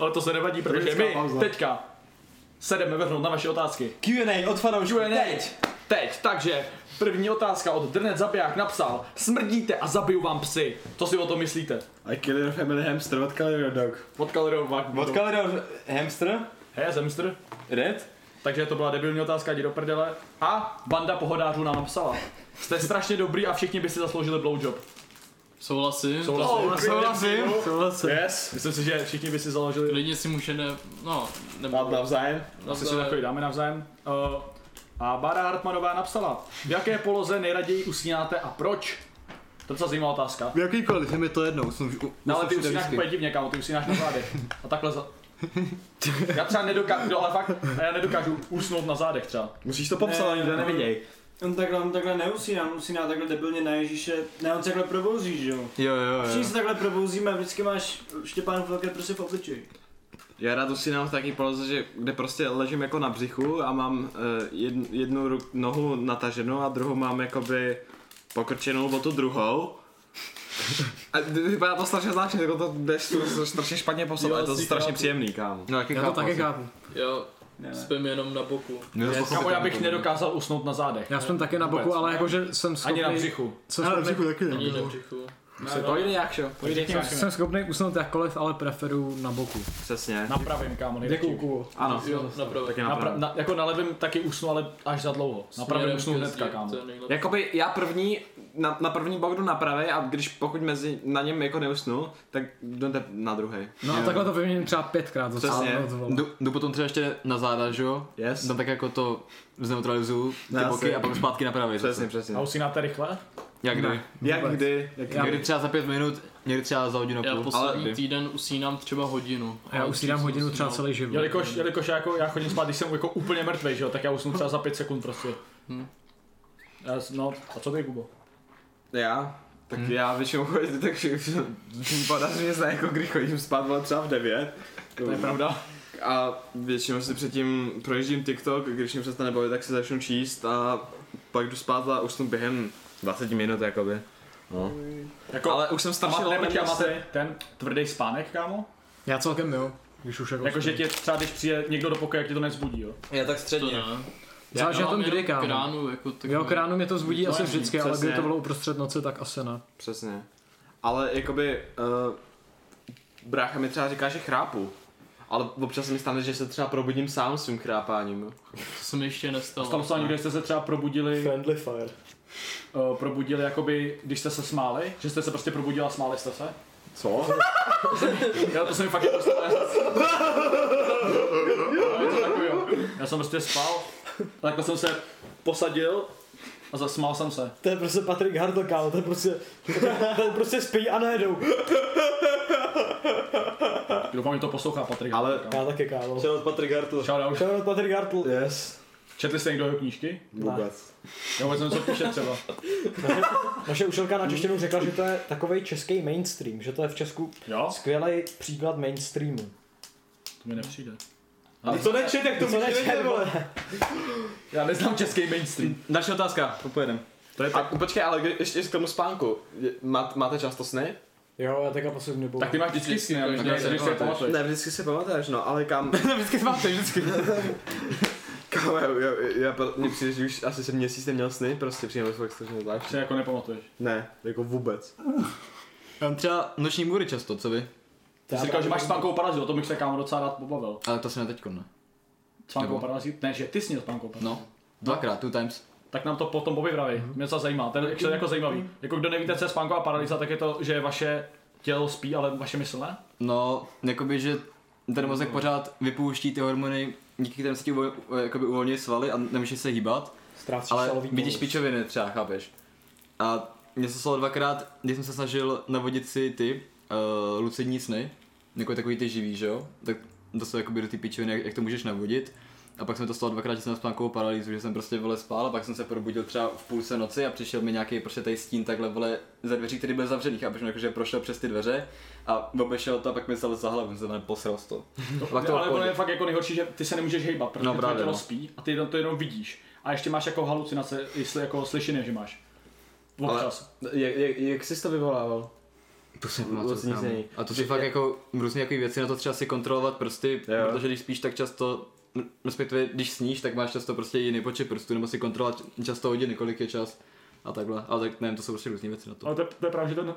Speaker 1: Ale to se nevadí, protože
Speaker 4: Kritická
Speaker 1: my
Speaker 4: pauza.
Speaker 1: teďka se jdeme vrhnout na vaše otázky.
Speaker 6: Q&A od fanoušků,
Speaker 1: Q&A.
Speaker 6: teď!
Speaker 1: Teď, takže první otázka od Drnet Zabiják napsal Smrdíte a zabiju vám psy. Co si o tom myslíte?
Speaker 4: I killed your family hamster, what color your dog?
Speaker 1: Od Kalero
Speaker 6: Od Kalidor Hamster,
Speaker 1: Hej, zemstr.
Speaker 6: Red,
Speaker 1: Takže to byla debilní otázka, jdi do prdele. A banda pohodářů nám napsala. Jste strašně dobrý a všichni by si zasloužili blowjob.
Speaker 5: Souhlasím.
Speaker 1: Souhlasím.
Speaker 3: Souhlasím.
Speaker 4: Yes.
Speaker 1: Myslím si, že všicky by si založili
Speaker 5: Klidně si může ne... No, nebo...
Speaker 4: Dát navzájem.
Speaker 1: Asi si takový dáme navzájem. Uh, a Bára Hartmanová napsala, v jaké poloze nejraději usínáte a proč? To je docela zajímavá otázka.
Speaker 3: V jakýkoliv, je mi to jednou, jsem už u...
Speaker 1: No ale ty
Speaker 3: jsem už
Speaker 1: usínáš
Speaker 3: vždycky.
Speaker 1: úplně divně, kámo, ty usínáš na zádech. A takhle za... Já třeba nedokážu, no ale fakt, já nedokážu usnout na zádech
Speaker 3: Jako
Speaker 1: třeba.
Speaker 4: Musíš to popsat, ani to neviděj.
Speaker 6: On takhle, on takhle neusíná, on usíná takhle debilně na Ježíše. Ne, on se takhle probouzí, že jo?
Speaker 3: Jo, jo, jo.
Speaker 6: Všichni se takhle probouzíme a vždycky máš Štěpán Velké prostě v obličeji.
Speaker 8: Já rád usínám v taký poloze, že kde prostě ležím jako na břichu a mám uh, jednu, jednu ruk, nohu nataženou a druhou mám jakoby pokrčenou o tu druhou. A d- vypadá to strašně zvláštně, jako to jdeš to- to strašně špatně po sobě,
Speaker 5: Jo,
Speaker 8: je to
Speaker 5: si
Speaker 8: strašně
Speaker 5: chápu.
Speaker 8: příjemný, kámo.
Speaker 3: No, taky chápu. asi.
Speaker 9: chápu.
Speaker 5: Jo, spím jenom na boku.
Speaker 3: No, to
Speaker 1: Kámo,
Speaker 3: jsem
Speaker 1: jako- já
Speaker 3: si
Speaker 1: bych
Speaker 3: tam
Speaker 1: nedokázal usnout na zádech.
Speaker 9: Já jsem taky na boku, ale jakože jsem
Speaker 1: Ani
Speaker 9: schopný...
Speaker 1: na břichu.
Speaker 9: Jsem schopný,
Speaker 5: Ani na břichu.
Speaker 3: No,
Speaker 1: Se to jde jak, šo?
Speaker 9: jsem schopný usnout jakkoliv, ale preferu na boku.
Speaker 8: Přesně.
Speaker 1: Napravím, kámo,
Speaker 2: Děkuju,
Speaker 1: nejlepší.
Speaker 2: kulo.
Speaker 8: Ano,
Speaker 5: Jo, napravdu.
Speaker 8: taky
Speaker 1: Napra-
Speaker 8: napravím.
Speaker 1: na, jako na levém taky usnu, ale až za dlouho. Na pravém usnu hnedka, kámo.
Speaker 5: To je nejlepší.
Speaker 8: Jakoby já první, na, na první bok jdu na pravej a když pokud mezi, na něm jako neusnu, tak jdu te- na druhý.
Speaker 9: No a takhle to vyměním třeba pětkrát za
Speaker 8: Přesně.
Speaker 9: celou noc, vole.
Speaker 3: Jdu, jdu potom třeba ještě na záda, že jo?
Speaker 8: Yes.
Speaker 3: Tam tak jako to zneutralizuju, ty
Speaker 8: No,
Speaker 3: boky
Speaker 8: asi.
Speaker 3: a pak zpátky na pravý. zase.
Speaker 8: Přesně, přesně.
Speaker 1: A usínáte rychle?
Speaker 3: Jak kdy?
Speaker 8: Jak kdy? Jak
Speaker 9: Já-
Speaker 3: Někdy třeba za pět minut, někdy třeba za hodinu a
Speaker 5: Já
Speaker 3: půl.
Speaker 5: poslední
Speaker 3: Ale-
Speaker 5: týden usínám třeba hodinu.
Speaker 9: Já
Speaker 1: No,
Speaker 5: Ale
Speaker 9: usínám
Speaker 5: určitě
Speaker 9: hodinu
Speaker 5: jsem
Speaker 9: třeba
Speaker 5: usínal.
Speaker 9: celý život.
Speaker 1: Jelikož, jelikož já, jako, já chodím spát, když jsem jako úplně mrtvý, že jo, tak já usnu třeba za pět sekund prostě.
Speaker 5: Hm.
Speaker 1: Já, s- no, a co ty, Kubo?
Speaker 8: Já? Tak hmm. já většinou chodím, takže podařeně se jako když chodím spát, ale třeba v 9.
Speaker 1: To je pravda.
Speaker 8: A většinou si předtím projíždím TikTok, když mě přestane bavit, tak si začnu číst a pak jdu spát a usnu během 20 minut, jakoby. No.
Speaker 1: Jako,
Speaker 8: Ale už jsem starší, ale
Speaker 1: máte,
Speaker 8: neměl se-
Speaker 1: máte ten tvrdý spánek, kámo?
Speaker 9: Já celkem jo, když už jako...
Speaker 1: Jakože tě třeba, když přijde někdo do pokoje, jak tě to nezbudí, jo?
Speaker 8: Já tak
Speaker 5: To
Speaker 8: středně.
Speaker 5: ne.
Speaker 9: Záleží
Speaker 5: Já
Speaker 9: na tom
Speaker 5: mám
Speaker 9: kdy,
Speaker 5: jenom
Speaker 9: kámo.
Speaker 5: Kránu, jako tak.
Speaker 9: Jo, kránu mě to zbudí asi vždycky, ale kdyby
Speaker 8: přesně.
Speaker 9: to bylo uprostřed noci, tak asi ne.
Speaker 8: Přesně. Ale jakoby uh, brácha mi třeba říká, že chrápu. Ale občas se mi stane, že se třeba probudím sám svým chrápáním.
Speaker 5: To se mi ještě nestalo.
Speaker 1: Tam se někde jste se třeba probudili,
Speaker 2: Friendly fire.
Speaker 1: uh, probudili jakoby, když jste se smáli, že jste se prostě probudili a smáli jste se?
Speaker 4: Co?
Speaker 1: Já to se mi fakt jako stalo. já jsem- No, něco takového. Já jsem prostě spal, a takhle jsem se posadil a zasmál jsem se.
Speaker 2: To je prostě Patrick Hartl, kámo, ten prostě, ten prostě spí a nejedou.
Speaker 1: Doufám, že to poslouchá Patrik.
Speaker 4: Ale-
Speaker 1: kámo.
Speaker 2: Já taky, kámo.
Speaker 7: Převod Patrik Hartl.
Speaker 1: Čau, já už.
Speaker 2: Šel Patrick Hartl.
Speaker 4: Yes.
Speaker 1: Četli jste někdo jeho knížky?
Speaker 4: Vůbec.
Speaker 1: Já vůbec nevím, co píše třeba.
Speaker 2: Naše ušelka na češtinu řekla, že to je takový český mainstream, že to je v Česku
Speaker 1: Jo?
Speaker 2: skvělý příklad mainstreamu.
Speaker 1: To mi nepřijde.
Speaker 7: A to nečet, jak to
Speaker 2: Co
Speaker 7: může
Speaker 2: nečet,
Speaker 7: vědět,
Speaker 2: vole?
Speaker 1: Já neznám český mainstream.
Speaker 3: Další otázka, to pojedem.
Speaker 8: To je tak... A počkej, ale kdy- ještě k tomu spánku. Je- má- Máte často sny?
Speaker 2: Jo, já takhle poslední nebudu.
Speaker 1: Tak ty máš vždycky sny, ale
Speaker 5: Vždycky,
Speaker 1: ne, se
Speaker 5: jako
Speaker 1: vždycky pamatuješ.
Speaker 8: Ne, vždycky si pamatuješ, no, ale kam...
Speaker 3: Vždycky zpátky, vždycky.
Speaker 8: Kámo, já, já, já, mě přijde, že už asi jsem měsíc neměl sny, prostě přijde mi fakt strašně zvláštní.
Speaker 1: Se jako nepamatuješ.
Speaker 8: Ne, jako vůbec.
Speaker 3: Mám třeba noční můry často, co vy?
Speaker 1: Ty jsi říkal, že máš spánkovou parazitu, o tom bych se kámo docela rád pobavil.
Speaker 3: Ale to se ne teďko, ne?
Speaker 1: Spánkovou
Speaker 3: Nebo?
Speaker 1: parazitu, ne, že ty jsi měl spánkovou parazitu.
Speaker 3: No, dvakrát, two times.
Speaker 1: Tak nám to potom povyvraví,
Speaker 3: Mhm.
Speaker 1: mě to zajímá, ten je jako zajímavý. Jako kdo nevíte, co je spánková paralýza, tak je to, že vaše tělo spí, ale vaše mysl ne?
Speaker 3: No, jakoby, že ten mozek pořád vypouští ty hormony, díky kterým se ti uvo, jakoby uvolňují svaly a nemůžeš se hýbat,
Speaker 2: Ztrácíš
Speaker 3: ale
Speaker 2: svalový
Speaker 3: vidíš
Speaker 2: tónus.
Speaker 3: pičoviny třeba, chápeš? A mě se stalo dvakrát, když jsem se snažil navodit si ty uh, lucidní sny, jako takový ty živý, že jo? Tak to jsou jakoby do ty pičoviny, jak, jak to můžeš navodit. A pak jsem to stalo dvakrát, že jsem měl spánkovou paralýzu, že jsem prostě vole spál a pak jsem se probudil třeba v půlce noci a přišel mi nějaký prostě tady stín takhle vole za dveří, který byl zavřených a přišel jakože prošel přes ty dveře a obešel to a pak mi zalez za hlavu, jsem se tam posral z toho. A pak to
Speaker 1: ale ono
Speaker 3: bylo
Speaker 1: je
Speaker 3: v pohodě.
Speaker 1: fakt jako nejhorší, že ty se nemůžeš hejbat, protože
Speaker 3: No,
Speaker 1: no, tvoje
Speaker 3: právě,
Speaker 1: tělo
Speaker 3: no.
Speaker 1: spí a ty jenom- to jenom vidíš. A ještě máš jako halucinace, jestli jako slyšiny, že máš. Občas.
Speaker 4: Jak, jak, jak jsi to vyvolával?
Speaker 3: To jsem
Speaker 4: Vůbec nic není.
Speaker 3: A to jsou fakt jako různé jako věci, na to třeba si kontrolovat prsty,
Speaker 4: Jo.
Speaker 3: protože když spíš tak často, m- respektive když sníš, tak máš často prostě jiný počet prstů, nebo si kontrolovat často hodiny, kolik je čas a takhle. Ale tak nevím, to jsou prostě různé věci na to. Mhm.
Speaker 1: Ale to, je- to je právě že ten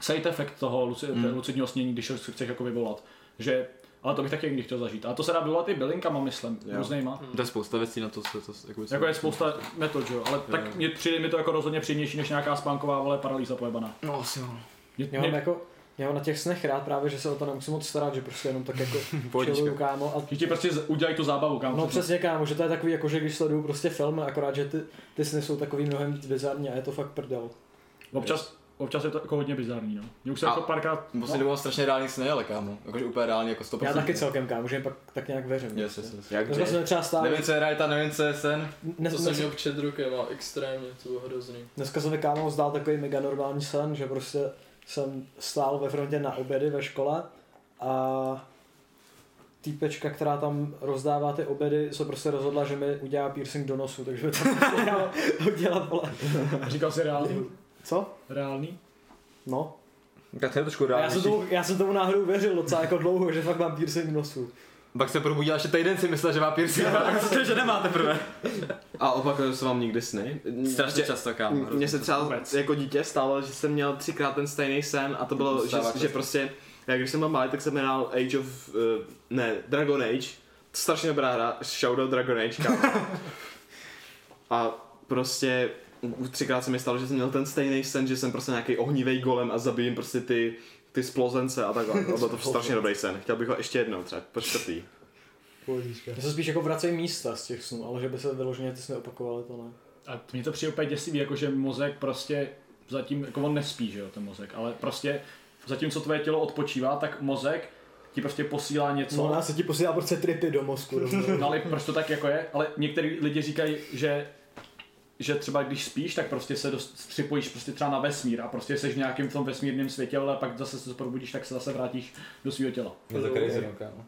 Speaker 1: side effect toho luci, mm. lucidního snění, když ho chceš jako vyvolat. Že, ale to bych taky někdy chtěl zažít. A to se dá vyvolat i bylinkama, myslím,
Speaker 4: Jo.
Speaker 1: různýma.
Speaker 3: To je spousta věcí na to, co to jako,
Speaker 1: Jako je spousta metod, že jo, ale tak mě přijde mi to jako rozhodně příjemnější než nějaká spánková vole paralýza pojebaná.
Speaker 3: No, asi jo.
Speaker 1: Mě,
Speaker 2: Já mám
Speaker 1: mě,
Speaker 2: jako, já mám na těch snech rád právě, že se o to nemusím moc starat, že prostě jenom tak jako
Speaker 3: Pohodička.
Speaker 2: chilluju, kámo. A
Speaker 1: že ti prostě z- udělají tu zábavu, kam
Speaker 2: No přesně kámo, že to je takový jako, že když sleduju prostě film, akorát, že ty, ty sny jsou takový mnohem víc bizarní a je to fakt prdel.
Speaker 1: Občas, občas je to jako hodně bizarní, no. Mě už se
Speaker 3: A-
Speaker 1: jako párkrát...
Speaker 3: Musím no.
Speaker 1: No,
Speaker 3: dobovat strašně reálný sny, ale kámo. Jakože úplně reálně, jako 100%.
Speaker 2: Já taky celkem kámo, že jim pak tak nějak věřím.
Speaker 3: Yes, yes, yes.
Speaker 4: Jak
Speaker 2: Dneska
Speaker 4: jsi?
Speaker 2: jsme třeba stáli,
Speaker 3: Nevím, co je realita, nevím, co je sen.
Speaker 2: dnes,
Speaker 5: To jsem
Speaker 2: dnes,
Speaker 5: měl před rokem a extrémně, to bylo hrozný.
Speaker 2: dneska se mi kámo zdál takový mega normální sen, že prostě jsem stál ve frontě na obědy ve škole a týpečka, která tam rozdává ty obědy, se prostě rozhodla, že mi udělá piercing do nosu, takže mi tam udělala, vole.
Speaker 1: říkal jsi reálný?
Speaker 2: Co?
Speaker 1: Reálný?
Speaker 2: No,
Speaker 3: Tak to je trošku
Speaker 2: A já jsem, tomu, já jsem tomu náhodou věřil docela jako dlouho, že fakt mám piercing v nosu.
Speaker 3: Pak se probudil, ještě týden si myslel, že má piercing, ale prostě, že nemá teprve.
Speaker 8: A opakuju se vám nikdy sny.
Speaker 3: Strašně často, kámo.
Speaker 8: Mně se třeba
Speaker 1: Vůbec.
Speaker 8: jako dítě stalo, že jsem měl třikrát ten stejný sen a to bylo, že,
Speaker 3: Stává to.
Speaker 8: že prostě, já když jsem byl malý, tak jsem hrál Age of, eh, ne, Dragon Age. Strašně dobrá hra, shoutout Dragon Age, kámo. A prostě u- třikrát se mi stalo, že jsem měl ten stejný sen, že jsem prostě nějaký ohnivý golem a zabijím prostě ty ty splozence a takhle. A Byl to strašně dobrý sen. Chtěl bych ho ještě jednou třeba, po čtvrtý.
Speaker 2: Já se spíš jako vracejí místa z těch snů, ale že by se vyloženě ty sny opakovaly, to ne.
Speaker 1: A mně to přijde úplně děsivý, jakože mozek prostě zatím, jako on nespí, že jo, ten mozek, ale prostě zatímco tvoje tělo odpočívá, tak mozek ti prostě posílá
Speaker 2: No,
Speaker 1: něco.
Speaker 2: ona se ti posílá prostě tripy do mozku. rovnou.
Speaker 1: No ale proč to tak jako je? Ale některý lidi říkají, že že třeba když spíš, tak prostě se dost, připojíš prostě třeba na vesmír a prostě jsi v nějakém tom vesmírném světě, ale pak zase se probudíš, tak se zase vrátíš do svého těla.
Speaker 7: Je to crazy, no, kámo.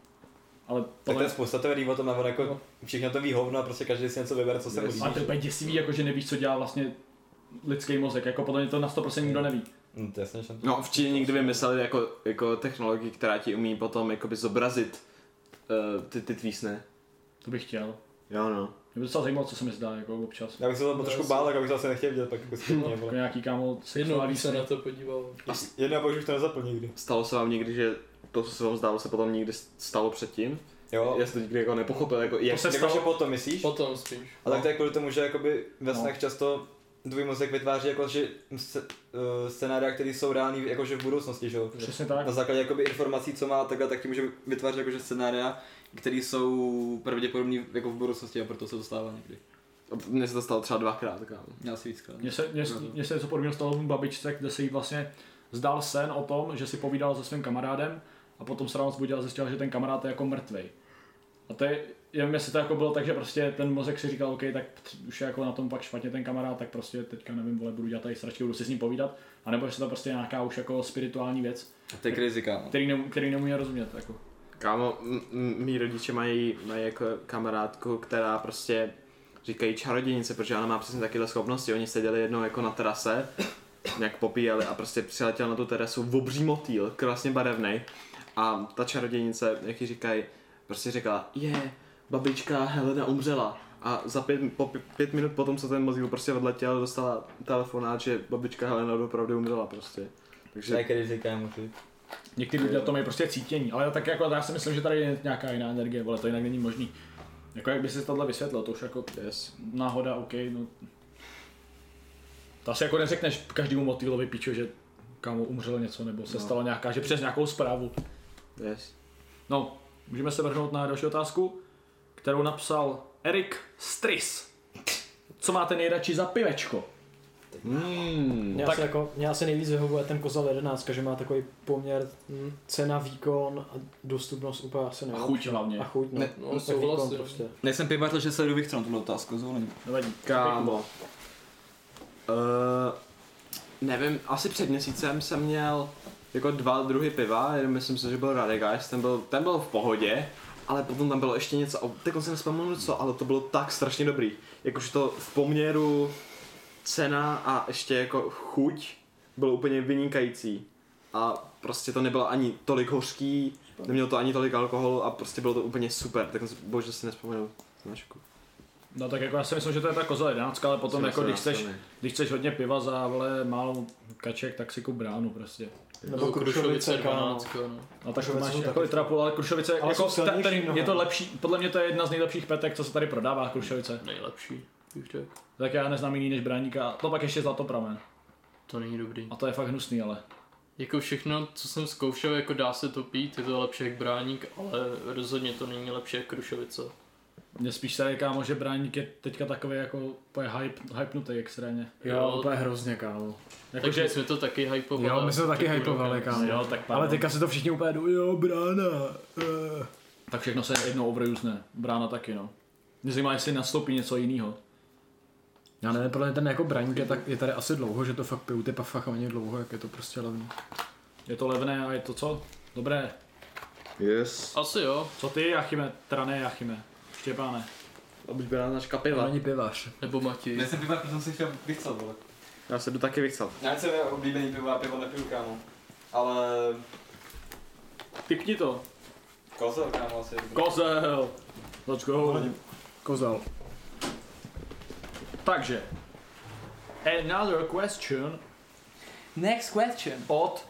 Speaker 1: Ale
Speaker 7: Tak to
Speaker 1: tohle
Speaker 7: je spousta teorií o tom, a on jako všichni to ví hovno a prostě každý si něco vybere, co se mu líbí.
Speaker 1: A to je úplně děsivý, jako že nevíš, co dělá vlastně lidský mozek, jako podle mě to na 100% nikdo neví.
Speaker 7: Hm, to je jasně, že-
Speaker 8: No, v Číně někdy vymysleli jako, jako technologii, která ti umí potom jakoby zobrazit eh, ty, ty tvý sny.
Speaker 1: To bych chtěl.
Speaker 8: Jo no.
Speaker 1: Mě by docela zajímalo, co se mi zdá, jako občas.
Speaker 7: Já bych se to trošku bál, tak abych to asi nechtěl vidět, tak jako zpětně,
Speaker 1: Jako
Speaker 7: vole.
Speaker 1: nějaký kámo
Speaker 5: Jednou
Speaker 1: sexuální
Speaker 5: bych se
Speaker 1: sny.
Speaker 5: na to podíval.
Speaker 7: Jednou a pak už to nezapl nikdy.
Speaker 8: Stalo se vám někdy, že to, co se vám zdálo, se potom nikdy stalo předtím?
Speaker 7: Jo,
Speaker 8: Já jsem to nikdy jako nepochopil, jako jak...
Speaker 1: se
Speaker 7: jako
Speaker 1: stalo-
Speaker 7: že potom myslíš?
Speaker 5: Potom spíš.
Speaker 7: A tak to je kvůli tomu, že jakoby ve snech často tvůj mozek vytváří jako, že sce- eh, scénária, které jsou reální jakože v budoucnosti, že jo?
Speaker 1: Přesně tak.
Speaker 7: Na základě jakoby informací, co má, a takhle, tak ti může jako,
Speaker 3: Vytváří jakože scénária, které jsou pravděpodobný jako v budoucnosti a proto se to stává někdy.
Speaker 8: Mně se to stalo třeba dvakrát, kámo.
Speaker 3: Já si víckrát.
Speaker 1: Mně se, mně, mně se něco podobného stalo v babičce, kde se jí vlastně zdál sen o tom, že si povídal se svým kamarádem a potom se ráno zbudil a zjistil, že ten kamarád je jako mrtvej. A to je, já nevím, jestli to jako bylo tak, že prostě ten mozek si říkal, OK, tak tř- už je jako na tom pak špatně ten kamarád, tak prostě teďka nevím, vole, budu dělat tady sračky, budu si s ním povídat, anebo jestli to prostě je nějaká už jako spirituální věc,
Speaker 3: To je crazy,
Speaker 7: no.
Speaker 3: kámo.
Speaker 1: který, ne, který nemůže rozumět, jako.
Speaker 8: Kámo, m- m- mý rodiče mají, mají jako kamarádku, která prostě říkají čarodějnice, protože ona má přesně takyhle schopnosti. Oni seděli jednou jako na terase, nějak popíjeli a prostě přiletěl na tu terasu obří motýl, krásně barevný. A ta čarodějnice, jak ji říkají, prostě říkala, je, babička Helena umřela. A za pět, po pě- pět minut potom, co ten mozíl prostě odletěl, dostala telefonát, že babička Helena opravdu umřela prostě.
Speaker 7: To je
Speaker 8: Takže
Speaker 7: crazy, kámo, ty.
Speaker 1: Někteří lidé to mají prostě cítění, ale tak jako já si myslím, že tady je nějaká jiná energie, ale to jinak není možný. Jako jak by se tohle vysvětlil, to už jako
Speaker 8: yes.
Speaker 1: náhoda, OK, no. To asi jako neřekneš každému motýlovi píču, že kámo umřelo něco, nebo se
Speaker 8: No.
Speaker 1: no. stalo nějaká, že přes nějakou zprávu.
Speaker 8: Yes.
Speaker 1: No, můžeme se vrhnout na další otázku, kterou napsal Erik Stris. Co máte nejradši za pivečko?
Speaker 3: Hmm.
Speaker 8: Hmm.
Speaker 2: Mně,
Speaker 3: Tak
Speaker 2: asi, jako, mně asi nejvíc vyhovuje ten kozel 11, že má takový poměr
Speaker 9: Hmm.
Speaker 5: Hm.
Speaker 2: cena, výkon a dostupnost úplně asi
Speaker 1: A
Speaker 2: ne.
Speaker 1: chuť hlavně.
Speaker 2: A chuť, no.
Speaker 8: Ne,
Speaker 5: no,
Speaker 2: Ten
Speaker 5: souhlasím.
Speaker 2: výkon prostě.
Speaker 8: Nejsem pivař, že se jdu vychtrat na tuhle otázku, zvolím.
Speaker 1: Nevadí.
Speaker 8: Kámo. Uh, Eh, nevím, asi před měsícem jsem měl jako dva druhy piva, jeden myslím si, že byl Radegast, ten byl, ten byl v pohodě, ale potom tam bylo ještě něco, a teď si nespomenu co, ale to bylo tak strašně dobrý. Jakože to v poměru cena a ještě jako chuť bylo úplně vynikající. A prostě to nebylo ani tolik hořký, nemělo to ani tolik alkoholu a prostě bylo to úplně super, tak jsem si- bože si nespomenu značku.
Speaker 1: No tak jako já si myslím, že to je ta koza jedenáctka, ale potom
Speaker 8: Jsem
Speaker 1: jako
Speaker 8: asi
Speaker 1: když chceš,
Speaker 8: násilný.
Speaker 1: když chceš hodně piva za vole, málo kaček, tak si kup bránu prostě.
Speaker 2: Nebo krušovice, kámo.
Speaker 5: 12, no.
Speaker 1: No tak to
Speaker 2: Krušovice
Speaker 1: máš
Speaker 2: jsou
Speaker 1: jako
Speaker 2: taky-
Speaker 1: i trapu, ale Krušovice,
Speaker 2: Ale
Speaker 1: jako
Speaker 2: jsou
Speaker 1: ta, ten,
Speaker 2: silnější mnohem.
Speaker 1: je to lepší, podle mě to je jedna z nejlepších petek, co se tady prodává Krušovice.
Speaker 5: Nejlepší, bych řekl.
Speaker 1: Tak já neznám jiný než Bráníka, to pak ještě Zlatopramen.
Speaker 5: To není dobrý.
Speaker 1: A to je fakt hnusný, ale.
Speaker 5: Jako všechno, co jsem zkoušel, jako dá se to pít, je to lepší jak bráník, ale rozhodně to není lepší jak krušovice.
Speaker 1: Mně spíš se kámo, že Bráník je teďka takový jako úplně hype, hypenutý extrémně.
Speaker 9: Jo, úplně hrozně, kámo.
Speaker 5: Takže
Speaker 1: Jakože,
Speaker 5: jsme to taky hypovali. jako-
Speaker 9: Jo, my jsme to taky
Speaker 5: Před půl
Speaker 9: hypovali,
Speaker 5: rokem.
Speaker 9: kámo.
Speaker 1: jo, tak pardon.
Speaker 9: Ale teďka se to všichni úplně jdou, jo, brána. eh.
Speaker 1: Tak všechno se jednou overusne. Brána taky, no. Mě zajímá, jestli nastoupí něco jiného.
Speaker 9: Já nevím, podle mě ten jako braník je, tak, je tady asi dlouho, že to fakt piju ty pafachovaně dlouho, jak je to prostě levný.
Speaker 1: Je to levné a je to co? Dobré.
Speaker 8: Yes.
Speaker 5: Asi jo,
Speaker 1: Co ty, Jachime? Teda ne, Jachime. Štěpáne.
Speaker 8: Oblíbená značka
Speaker 9: To
Speaker 8: piva.
Speaker 9: není pivař.
Speaker 5: nebo Matěj.
Speaker 7: Nejsem pivář, protože jsem si chtěl vychcel, vole.
Speaker 8: Já se jdu taky vychcat.
Speaker 7: Já jsem oblíbený pivo a pivo nepiju, kámo. Ale
Speaker 1: Pikni to.
Speaker 7: kozel, kámo, asi.
Speaker 1: Kozel. Let's go.
Speaker 9: Kozel.
Speaker 1: Takže. Another question
Speaker 10: Next question.
Speaker 1: od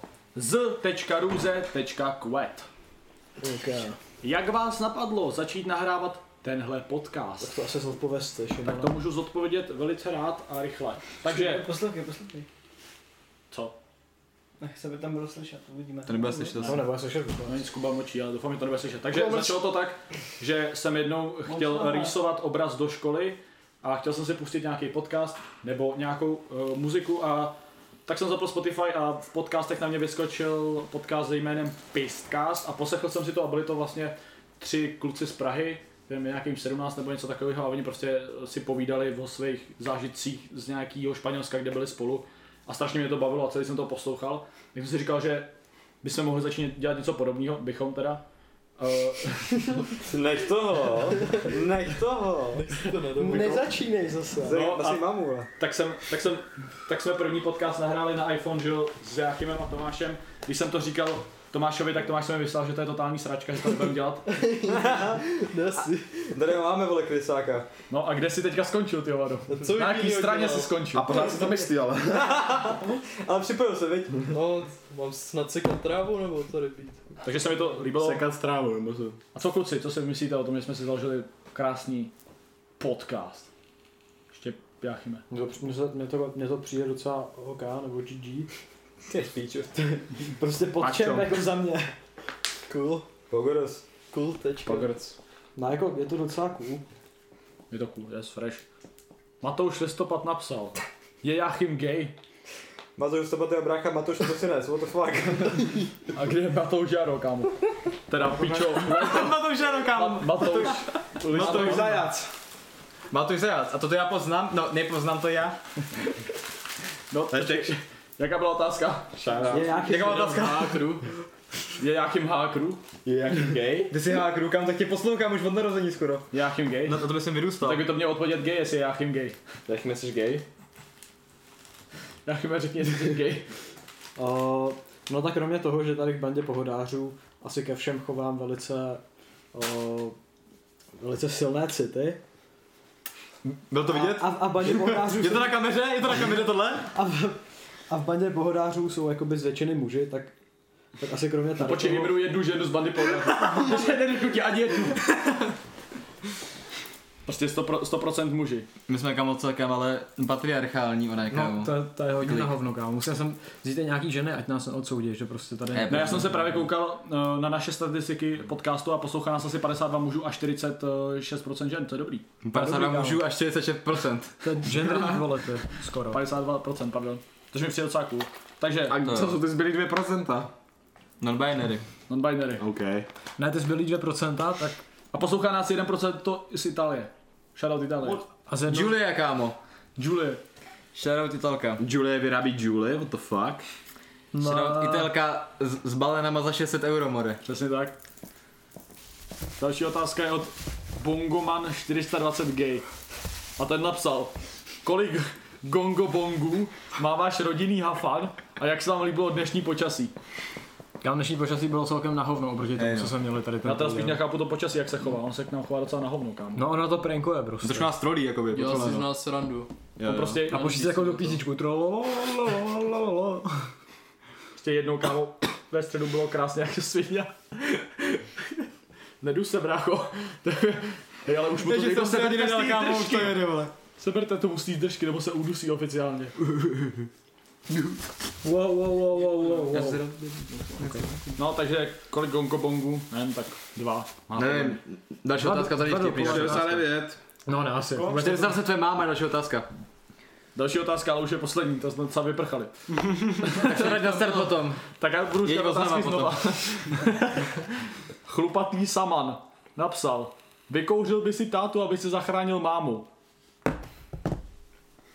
Speaker 1: z.ruze.quet.
Speaker 2: Okay.
Speaker 1: Jak vás napadlo začít nahrávat tenhle podcast?
Speaker 2: Tak to asi zodpovězte, že
Speaker 1: Tak to můžu zodpovědět velice rád a rychle. Takže,
Speaker 10: Poslouchej, poslouchej.
Speaker 1: co?
Speaker 10: Nech se by tam bylo slyšet, uvidíme.
Speaker 8: To nebyl slyšet
Speaker 2: No, nebo já slyšet.
Speaker 1: No nic, Kuba mlčí, ale doufám, že to nebude slyšet. Takže začalo to tak, že jsem jednou chtěl rýsovat obraz do školy a chtěl jsem si pustit nějaký podcast nebo nějakou uh, muziku a tak jsem zapl Spotify a v podcastech na mě vyskočil podcast se jménem Pistcast a poslechl jsem si to a byli to vlastně tři kluci z Prahy, kterým je nějakým 17 nebo něco takového a oni prostě si povídali o svých zážitcích z nějakého Španělska, kde byli spolu a strašně mě to bavilo a celý jsem to poslouchal. Tak jsem si říkal, že bychom mohli začít dělat něco podobného, bychom teda. Uh,
Speaker 7: Nech toho, nech toho.
Speaker 2: Nezačínej zase.
Speaker 1: No,
Speaker 7: No, asi
Speaker 1: a-
Speaker 7: mamu, vole.
Speaker 1: tak, jsem, tak, jsem, tak jsme první podcast nahráli na iPhone, že jo, s Jachimem a Tomášem. Když jsem to říkal Tomášovi, tak Tomáš se mi vyslal, že to je totální sračka, že to nebudeme dělat.
Speaker 7: Tady ho máme, vole, krysáka.
Speaker 1: No a kde jsi teďka skončil, ty vado?
Speaker 7: Co
Speaker 1: Na jaký
Speaker 7: jiného
Speaker 1: straně
Speaker 7: dělal?
Speaker 1: jsi skončil?
Speaker 8: pořád se to myslí, ale.
Speaker 7: Ale připojil se, viď?
Speaker 5: No, mám snad sekat trávu nebo tady pít.
Speaker 1: Takže se mi to líbilo.
Speaker 3: sekat strávu, nebo co?
Speaker 1: A co kluci, co si myslíte o tom, že jsme si založili krásný podcast? Ještě Jachime.
Speaker 2: Mně to, mně to- mně to, mně to přijde docela OK, nebo GG.
Speaker 7: Ty píču.
Speaker 2: Prostě pod čem, jako za mě.
Speaker 5: Cool,
Speaker 7: Pogoros.
Speaker 5: cool, tečka.
Speaker 1: Pogrc.
Speaker 2: No jako, je to docela cool.
Speaker 1: Je to cool, yes, fresh. Matouš listopad napsal. Je Jachim gay?
Speaker 7: Matouš Stopatyho brácha, Matouš Prosinec, what the fuck.
Speaker 1: A kde je Matouš Jaro, kámo? Teda pičo.
Speaker 3: Matouš Jaro,
Speaker 1: Ma- Matouš.
Speaker 3: Matouš Zajac. Matouš Zajac. A toto já poznám? No, nepoznám to já.
Speaker 1: No, takže, jaká byla otázka?
Speaker 2: Je nějaký...
Speaker 3: Jaká má otázka? Hákru.
Speaker 1: Je Jachim hákru?
Speaker 8: Je jaký gay?
Speaker 3: Ty jsi hákru, kam tak tě poslouchám už od narození skoro.
Speaker 1: Je Jachim gay?
Speaker 3: No, na to by jsem vyrůstal.
Speaker 1: Tak by to měl odpovědět gay, jestli je Jachim gay.
Speaker 8: Tak mi jsi gay?
Speaker 1: Jachim, řekni, jestli jsi gay.
Speaker 2: Uh, no tak kromě toho, že tady v bandě pohodářů asi ke všem chovám velice, uh, velice silné city.
Speaker 3: Bylo to vidět?
Speaker 2: A, a, a v bandě pohodářů
Speaker 3: Je to na kameře? Je to na kameře tohle?
Speaker 2: A v, a v bandě pohodářů jsou jakoby z většiny muži, tak, tak asi kromě
Speaker 3: No,
Speaker 2: tady
Speaker 1: Počkej, vyberu jednu ženu z bandy podle. Neřeknu ti ani jednu. Prostě 100%, 100% muži.
Speaker 3: My jsme kamo celkem ale patriarchální, ona je kamo.
Speaker 9: No, to, to je hodně
Speaker 3: Klik.
Speaker 9: na hovno, kámo. Musel jsem vzít i nějaký ženy, ať nás neodsoudí, že prostě tady...
Speaker 1: Ne, já jsem se právě koukal eh, na naše statistiky podcastu a poslouchá nás asi 52 mužů a 46% žen, to je dobrý.
Speaker 3: 52 mužů a 46%.
Speaker 1: To je
Speaker 3: gender
Speaker 1: vole, to
Speaker 2: No.
Speaker 1: skoro. 52%, pardon. To mi přijde docela cool. Takže,
Speaker 3: A co jsou
Speaker 1: ty zbylý 2%?
Speaker 3: Non-binary.
Speaker 1: No. Non-binary.
Speaker 8: No.
Speaker 1: OK.
Speaker 9: Ne, ty zbylý 2%, tak...
Speaker 1: A poslouchá nás 1% to z Itálie. Shoutout Itálie.
Speaker 9: A z jedno...
Speaker 3: Julie, kámo.
Speaker 1: Julie.
Speaker 3: Shoutout Italka.
Speaker 8: Julie vyrábí Julie, what the fuck?
Speaker 3: No. Shoutout Italka s, s balenama za 600 euro, more.
Speaker 1: Přesně tak. Další otázka je od Bongoman 420 gay. A ten napsal, kolik gongo bongů má váš rodinný hafan a jak se vám líbilo dnešní počasí?
Speaker 9: Kámo, dnešní počasí bylo celkem na hovno oproti tomu,
Speaker 1: Ej, no.
Speaker 9: co jsme měli tady ten
Speaker 1: Já teda spíš
Speaker 9: týden.
Speaker 1: nechápu to počasí, jak se chová. On se k nám chová docela na hovno, kámo.
Speaker 9: No ono to prankuje prostě.
Speaker 1: Trošku nás
Speaker 3: trolí, jakoby.
Speaker 5: Dělal si z nás srandu.
Speaker 1: On prostě,
Speaker 9: a počít jako tu písničku. Trolo, lo, lo, lo.
Speaker 1: Ještě jednou kámo, ve středu bylo krásně jak svině. Nedu se, brácho. Hej, ale už mu to
Speaker 3: Takže
Speaker 1: někdo
Speaker 3: jsem se
Speaker 1: seberte
Speaker 3: nedal,
Speaker 1: z té
Speaker 3: kámo, už
Speaker 1: držky.
Speaker 3: to jede, vole.
Speaker 1: Seberte tomu z té držky, nebo se udusí oficiálně.
Speaker 9: Wow, wow, wow, wow, wow.
Speaker 1: Já se- No, takže kolik gonkobongů? Nevím, tak dva.
Speaker 3: Nevím. Další
Speaker 1: Dva-
Speaker 3: otázka za
Speaker 1: dva
Speaker 3: vždycky.
Speaker 1: dokola.
Speaker 3: 49.
Speaker 9: No, ne, asi.
Speaker 3: 420 tvoje máma, další otázka.
Speaker 1: Další otázka, ale už je poslední, to jsme docela vyprchali.
Speaker 3: Tak se vrať na start potom.
Speaker 1: Tak já budu
Speaker 3: Jeď
Speaker 1: říkat
Speaker 3: oznama
Speaker 1: otázky
Speaker 3: potom.
Speaker 1: znova. Chlupatý saman napsal, vykouřil by si tátu, aby si zachránil mámu.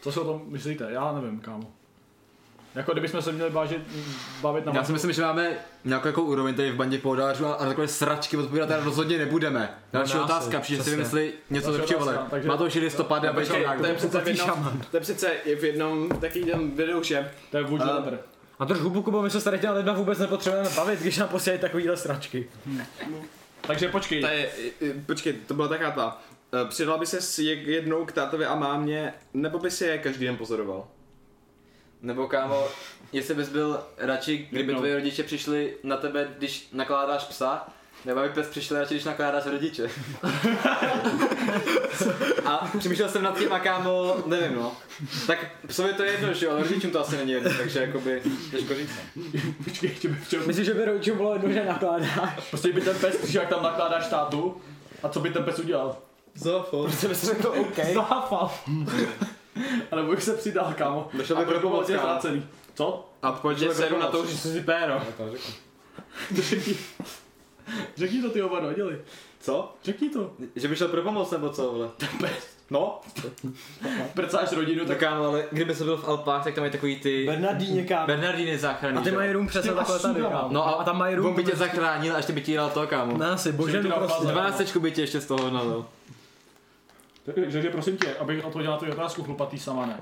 Speaker 1: Co si o tom myslíte? Já nevím, kámo. Jako kdybychom se měli bážit, bavit na
Speaker 3: Já si
Speaker 1: matku.
Speaker 3: myslím, že máme nějakou jako úroveň tady v bandě pohodářů a, a takové sračky odpovídat tady rozhodně nebudeme. Další
Speaker 8: nás
Speaker 3: otázka,
Speaker 8: je,
Speaker 3: přijde si
Speaker 8: přesně.
Speaker 3: vymyslí něco
Speaker 8: Další
Speaker 3: lepšího, ale
Speaker 8: otázka, takže-
Speaker 3: má to už je listopad a
Speaker 8: Počkej,
Speaker 3: bude
Speaker 8: to je přece v jednom,
Speaker 9: šaman.
Speaker 8: to je přece je v jednom takový tom videu, že?
Speaker 1: To je Woody
Speaker 8: Eh,
Speaker 1: Weber.
Speaker 9: A drž hubu, Kubo, my se s tady těma lidma vůbec nepotřebujeme bavit, když nám posílají takovýhle sračky.
Speaker 1: Takže počkej.
Speaker 8: To je, eh, počkej, to byla taká ta. Eh, Přidala by se s je- jednou k tátovi a mámě, nebo by si je každý den pozoroval?
Speaker 7: Nebo kámo, jestli bys byl radši, kdyby
Speaker 8: No.
Speaker 7: tvoji rodiče přišli na tebe, když nakládáš psa, nebo aby pes přišel radši, když nakládáš rodiče. a přemýšlel jsem nad tím a kámo, nevím no. Tak psovi to je jedno, že jo, ale rodičům to asi není jedno, takže jakoby, těžko říct.
Speaker 1: Počkej, ještě bych chtěl...
Speaker 9: Myslíš, že by rodičům bylo jedno, že nakládá?
Speaker 1: Prostě by ten pes přišel, jak tam nakládáš tátu. A co by ten pes udělal?
Speaker 5: Zafal.
Speaker 1: Prostě bys řekl OK. Záfal. Ale bych se přidal, kámo.
Speaker 8: Došel
Speaker 1: A
Speaker 8: by pro
Speaker 1: proto byl
Speaker 8: pomoc,
Speaker 1: tě
Speaker 8: kámo.
Speaker 1: vrácený. Co?
Speaker 8: A pojď,
Speaker 1: Že
Speaker 8: že
Speaker 1: seru
Speaker 8: sedu na
Speaker 1: na
Speaker 8: to,
Speaker 1: to,
Speaker 8: že jsi péro.
Speaker 1: Řekni. Řekni to ty oba dva děli.
Speaker 7: Co?
Speaker 1: Řekni to.
Speaker 7: Že by šel pro pomoc nebo co, vole?
Speaker 1: No. Prcáš rodinu,
Speaker 7: Tak
Speaker 1: tak
Speaker 7: kámo, ale kdyby se byl v Alpách, tak tam mají takový ty...
Speaker 2: Bernardíně, kámo.
Speaker 7: Bernardíny záchranný,
Speaker 9: A ty
Speaker 7: že jo?
Speaker 9: mají room přesně
Speaker 1: Ty
Speaker 9: takhle tady,
Speaker 1: asura.
Speaker 9: kámo.
Speaker 3: No a,
Speaker 9: a tam mají
Speaker 3: On
Speaker 9: room.
Speaker 3: by tě zachránil a ještě by ti dal to, kámo.
Speaker 9: Na asi, bože,
Speaker 1: Že
Speaker 9: no
Speaker 1: ti dal
Speaker 9: prostě.
Speaker 1: pazle.
Speaker 3: 12 by tě ještě z toho nalil.
Speaker 1: Takže že prosím tě, abych odpověděl na tu otázku, chlupatý samané.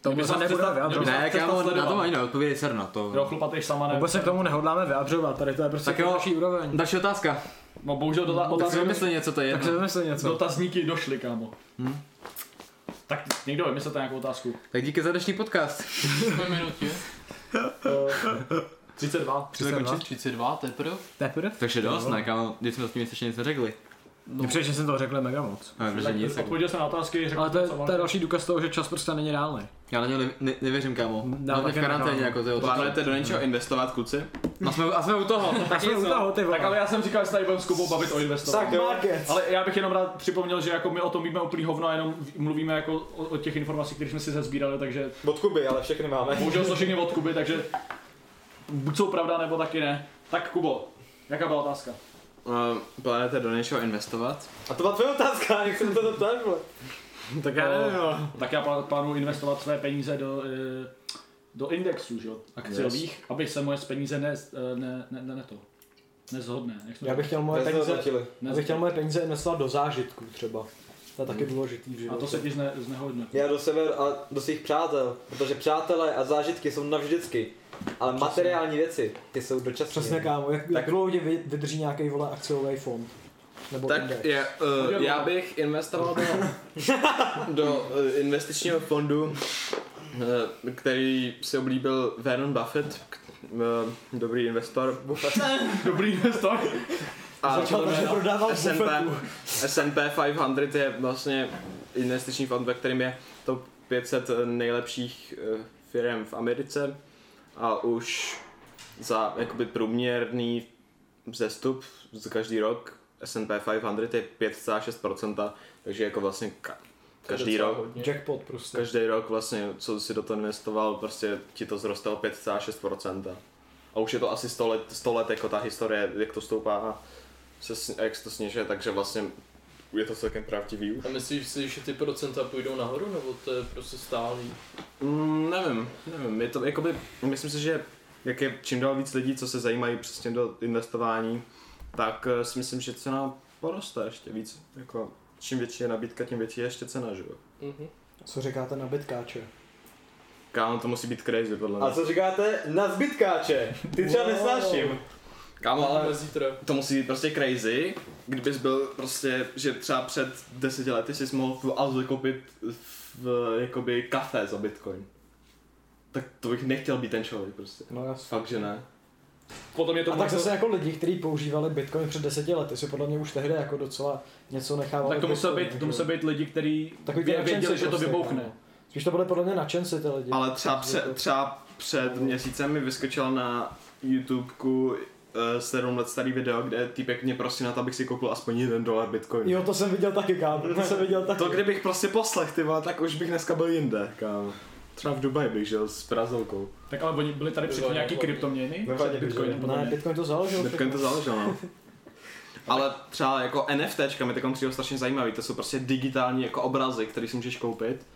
Speaker 9: To vůbec se nebude vyjadřovat.
Speaker 3: Ne,
Speaker 1: Přestat
Speaker 3: kámo, na
Speaker 1: sledovat.
Speaker 3: to mají, no, odpovědej ser na to.
Speaker 1: Jo, chlupatý samané.
Speaker 9: Vůbec se k tomu nehodláme vyjadřovat, tady to je prostě
Speaker 3: Tak jo.
Speaker 9: další úroveň.
Speaker 3: Další otázka.
Speaker 1: No bohužel dota-
Speaker 3: Tak si
Speaker 1: otázky,
Speaker 3: vymysli něco, to je
Speaker 9: Tak si
Speaker 3: jedno.
Speaker 9: vymysli něco.
Speaker 1: dotazníky došly, kámo. Tak někdo vymyslete nějakou otázku.
Speaker 3: Tak díky za dnešní podcast.
Speaker 5: Jsme minutě.
Speaker 1: 32.
Speaker 3: Chceme končit?
Speaker 5: 32 teprve.
Speaker 9: Teprve?
Speaker 3: Takže dost, ne, kámo, když jsme s tím ještě nic neřekli.
Speaker 9: Mně přijde, že jsem to řekl mega moc.
Speaker 3: Ne, protože
Speaker 1: Tak
Speaker 3: nic. jako.
Speaker 1: odpověděl jsem na otázky, řekl
Speaker 9: No. Ale to je,
Speaker 1: jsem,
Speaker 9: to
Speaker 1: co
Speaker 9: je
Speaker 1: mám.
Speaker 9: další důkaz toho, že čas prostě není reálný.
Speaker 3: Já na něj ne- ne- nevěřím, kámo. Hlavně v
Speaker 9: taky ne,
Speaker 3: karanténě,
Speaker 9: kámo.
Speaker 3: jako to je otázka.
Speaker 8: Plánujete do něčeho investovat, kluci?
Speaker 3: A jsme, a jsme u toho.
Speaker 9: Tak jsme u toho, ty
Speaker 1: Tak
Speaker 9: vole.
Speaker 1: ale já jsem říkal, že se tady budeme s Kubou bavit o investování.
Speaker 2: Tak market.
Speaker 1: Ale já bych jenom rád připomněl, že jako my o tom víme úplný hovno a jenom v- mluvíme jako o, o těch informací, které jsme si sezbírali, takže
Speaker 7: Od Kuby, ale všechny máme.
Speaker 1: bohužel jsou všechny od Kuby, takže buď jsou pravda, nebo taky ne. Tak Kubo, jaká byla otázka?
Speaker 8: Eh, Plánujete do něčeho investovat?
Speaker 7: A to byla tvoje otázka, jak jsem to zeptáš, vole.
Speaker 8: Tak
Speaker 1: já nevím, Tak já plá- plánuji investovat své peníze do, eh, do indexů, že jo, akciových, yes. aby se moje peníze ne, eh, ne, ne, ne, ne to, nezhodné. Jak jsme
Speaker 2: Já bych chtěl moje peníze,
Speaker 7: Nezhodnotili.
Speaker 2: já bych chtěl moje peníze investovat do zážitků třeba. To je taky
Speaker 9: Hmm.
Speaker 2: důležitý v
Speaker 1: A to se
Speaker 2: životě.
Speaker 1: ti zne, znehodne.
Speaker 7: Já do sever a do svých přátel, protože přátelé a zážitky jsou navždycky. Ale materiální věci, ty jsou dočasně.
Speaker 2: Přesně kámo, jak, jak dlouho tě vy- vydrží nějaký vole akciový fond? Nebo
Speaker 8: Tak
Speaker 2: index?
Speaker 8: je, eh, já bych investoval do, do eh, investičního fondu, eh, který si oblíbil Warren Buffett, k- eh, dobrý investor.
Speaker 1: Dobrý investor.
Speaker 8: A A
Speaker 2: Zapadl, že prodával v
Speaker 8: SNP,
Speaker 2: bufetu.
Speaker 8: SNP 500 je vlastně investiční fond, ve kterém je to 500 nejlepších eh, firm v Americe a už za jakoby průměrný vzestup z každý rok S&P 500 je 5,6%, takže jako vlastně ka- každý
Speaker 2: docela
Speaker 8: rok
Speaker 2: hodně. Jackpot prostě.
Speaker 8: Každý rok vlastně, co si do toho investoval, prostě ti to zroste o 5,6%. A už je to asi 100 let, 100 let jako ta historie, jak to stoupá a se, sni- jak se to snižuje, takže vlastně je to celkem pravdivý už.
Speaker 5: A myslíš si, že ty procenta půjdou nahoru, nebo to je prostě stálý?
Speaker 8: Mm, nevím, nevím, je to jakoby, myslím si, že jak je čím dál víc lidí, co se zajímají přesně do investování, tak eh, si myslím, že cena poroste ještě víc, jako čím větší je nabídka, tím větší je ještě cena, že jo.
Speaker 5: Mhm.
Speaker 2: Co říkáte na bitkáče?
Speaker 8: Kámo, to musí být crazy podle mě.
Speaker 3: A co říkáte na zbytkáče? Ty třeba
Speaker 8: Wow.
Speaker 3: nesnáším.
Speaker 8: Kámo, ale
Speaker 5: zítra.
Speaker 8: to musí být prostě crazy, kdybys byl prostě, že třeba před deseti lety jsi mohl v Alze koupit v, jakoby kafe za bitcoin. Tak to bych nechtěl být ten člověk prostě.
Speaker 2: No jasně.
Speaker 8: Fakt, že ne.
Speaker 5: Potom je
Speaker 2: A tak zase jako lidi, kteří používali Bitcoin před deseti lety, si podle mě už tehdy jako docela něco nechávali.
Speaker 1: Tak to musel
Speaker 2: Bitcoin,
Speaker 1: být,
Speaker 2: že
Speaker 1: to
Speaker 2: jo.
Speaker 1: musel být lidi, kteří
Speaker 2: Takový ty nadšenci
Speaker 1: věděli, že to
Speaker 2: prostě,
Speaker 1: vybouchne.
Speaker 2: no. Spíš to byly podle mě nadšenci ty lidi.
Speaker 8: Ale třeba, pře, třeba před měsícem mi vyskočil na YouTubeku eh, sedm let starý video, kde týpek mě prostě na to, abych si koupil aspoň jeden dolar bitcoin.
Speaker 2: Jo, to jsem viděl taky, kámo, to jsem viděl taky.
Speaker 8: To kdybych prostě poslech, ty vole, tak už bych dneska byl jinde, kámo. Třeba v Dubaji bych žil s Brazilkou.
Speaker 1: Tak ale oni byli tady předtím nějaký kryptoměny? Bitcoin, podle
Speaker 2: Ne,
Speaker 1: mě.
Speaker 2: Bitcoin to založil.
Speaker 8: Bitcoin to založil, no. Ale třeba jako NFTčka mi takom přijde strašně zajímavý, to jsou prostě digitální jako obrazy, který si můžeš koupit.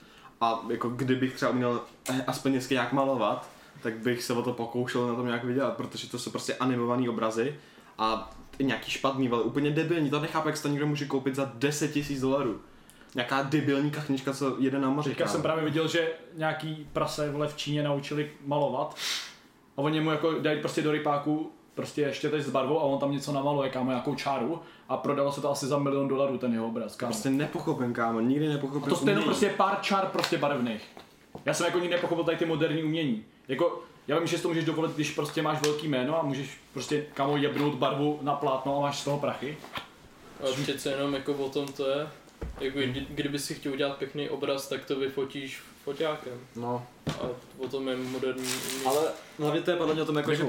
Speaker 8: A jako kdybych třeba uměl eh, aspoň dnesky nějak malovat, tak bych se o to pokoušel na tom nějak vydělat, protože to jsou prostě animované obrazy a ty nějaký špatný, ale úplně debilní, to nechápu, jak se to někdo může koupit za 10 000 dolarů. Nějaká debilní kachnička, co jede na moři.
Speaker 1: Teďka
Speaker 8: kámo.
Speaker 1: jsem právě viděl, že nějaký prase vole v Číně naučili malovat a oni mu jako dají prostě do rypáku prostě ještě teď s barvou a on tam něco namaluje, kámo, nějakou čáru a prodalo se to asi za milion dolarů ten jeho obraz, kámo.
Speaker 8: Prostě nepochopen, kámo, nikdy nepochopen.
Speaker 1: A to stejně
Speaker 8: umění.
Speaker 1: prostě pár čár prostě barevných. Já jsem jako nikdy nepochopil tady ty moderní umění. Jako, já vím, že si to můžeš dovolit, když prostě máš velký jméno a můžeš prostě kamo jebnout barvu na plátno a máš z toho prachy.
Speaker 5: A přece jenom jako o tom to je. Jako kdy- kdyby si chtěl udělat pěkný obraz, tak to vyfotíš foťákem.
Speaker 8: No.
Speaker 5: A o tom je moderní umění.
Speaker 3: Ale hlavně to je podle mě o tom jako, že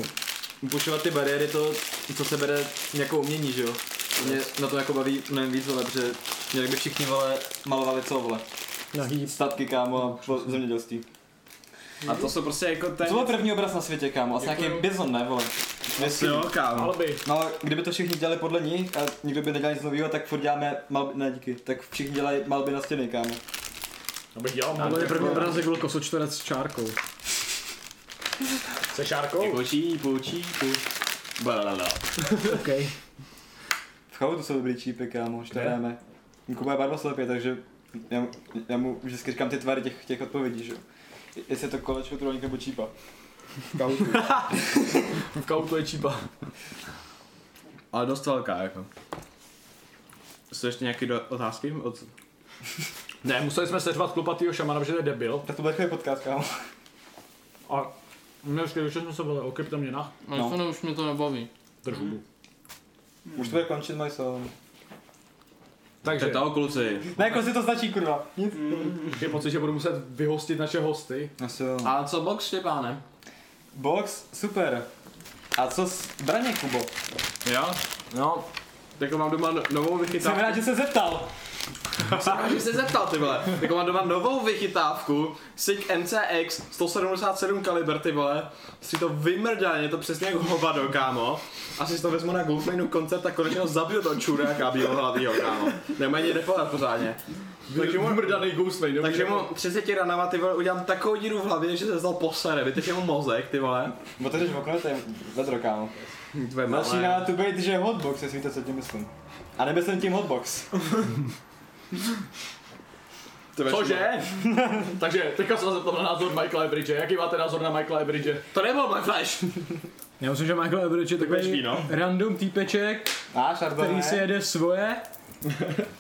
Speaker 3: pušovat ty bariéry, to, co se bere jako umění, že jo? To Mě na to jako baví mnohem víc, vole, protože mě by všichni vole malovali co, vole.
Speaker 8: No,
Speaker 2: Nahý.
Speaker 3: Statky, kámo, a po- zemědělství.
Speaker 8: A to jsou prostě jako ten...
Speaker 3: To byl první obraz na světě, kámo, asi nějaký
Speaker 8: Děkuju.
Speaker 3: bizon, ne, vole. Myslím.
Speaker 8: jo, kámo.
Speaker 1: Malby.
Speaker 3: No, kdyby to všichni dělali podle nich a nikdo by nedělal nic nového, tak furt děláme malby, ne díky, tak všichni dělají malby na stěny, kámo.
Speaker 1: Abych No dělal
Speaker 11: Ale je první obrázek byl kosočtverec s čárkou.
Speaker 1: Se šárkou?
Speaker 8: Počí, počí, Balala.
Speaker 11: OK.
Speaker 3: V chautu jsou dobrý čípy, kámo, že to hrajeme. Kuba je barva slepě, takže já, mu- já mu vždycky říkám ty tvary těch, těch odpovědí, že jo. Jestli je to kolečko, trolík nebo čípa. V chautu.
Speaker 1: V kautu je čípa.
Speaker 8: Ale dost velká, jako. Jsou ještě nějaké do- otázky? Od...
Speaker 1: Ne, museli jsme seřvat chlupatýho šamana, protože to je debil.
Speaker 3: Tak to bude takový podcast, kámo.
Speaker 1: A my už když jsme se byli o kryptoměnách.
Speaker 5: No,
Speaker 3: No.
Speaker 5: no. Fano, už mě to nebaví.
Speaker 1: Držbu.
Speaker 3: Už to bude končit, mají jsou.
Speaker 1: Takže
Speaker 8: Tak toho kluci.
Speaker 3: Ne, jako si to stačí, kurva. Nic.
Speaker 1: je pocit, že budu muset vyhostit naše hosty.
Speaker 3: Asi jo.
Speaker 8: A co box Štěpáne?
Speaker 3: Box, super. A co zbraně, Kubo?
Speaker 8: Jo? No, tak mám doma no- novou
Speaker 3: Jsem
Speaker 8: vychytávku.
Speaker 3: rád, že se zeptal.
Speaker 8: Jsem rád, že jsi se zeptal, ty vole. Tak Jako mám doma novou vychytávku. SIG MCX 177 kaliber, ty vole. Si to vymrdal, je to přesně jak hovado, kámo. Asi si to vezmu na Golfmanu koncert a konečně ho zabiju toho čuráka bílohlavýho, kámo. Nemají ani depodat pořádně. Takže mu
Speaker 1: Vymrdaný Ghostway, dobře.
Speaker 8: Takže mu 30 ranama ty vole udělám takovou díru v hlavě, že se zdal posere, vyteče mu mozek ty vole.
Speaker 3: Bo to jdeš v okno, to je vedro, kámo.
Speaker 8: Tvoje
Speaker 3: Začíná tu být, že hotbox, jestli víte, co tím myslím. A nemyslím tím hotbox.
Speaker 1: Cože? Takže teďka jsem se zeptal na názor Michaela Ebridge. Jaký máte názor na Michaela Ebridge?
Speaker 8: To nebyl Black Flash.
Speaker 11: Já myslím, že Michael Everidge je
Speaker 8: budeš
Speaker 11: takový
Speaker 8: víno?
Speaker 11: random týpeček,
Speaker 3: A, šardo,
Speaker 11: který si jede svoje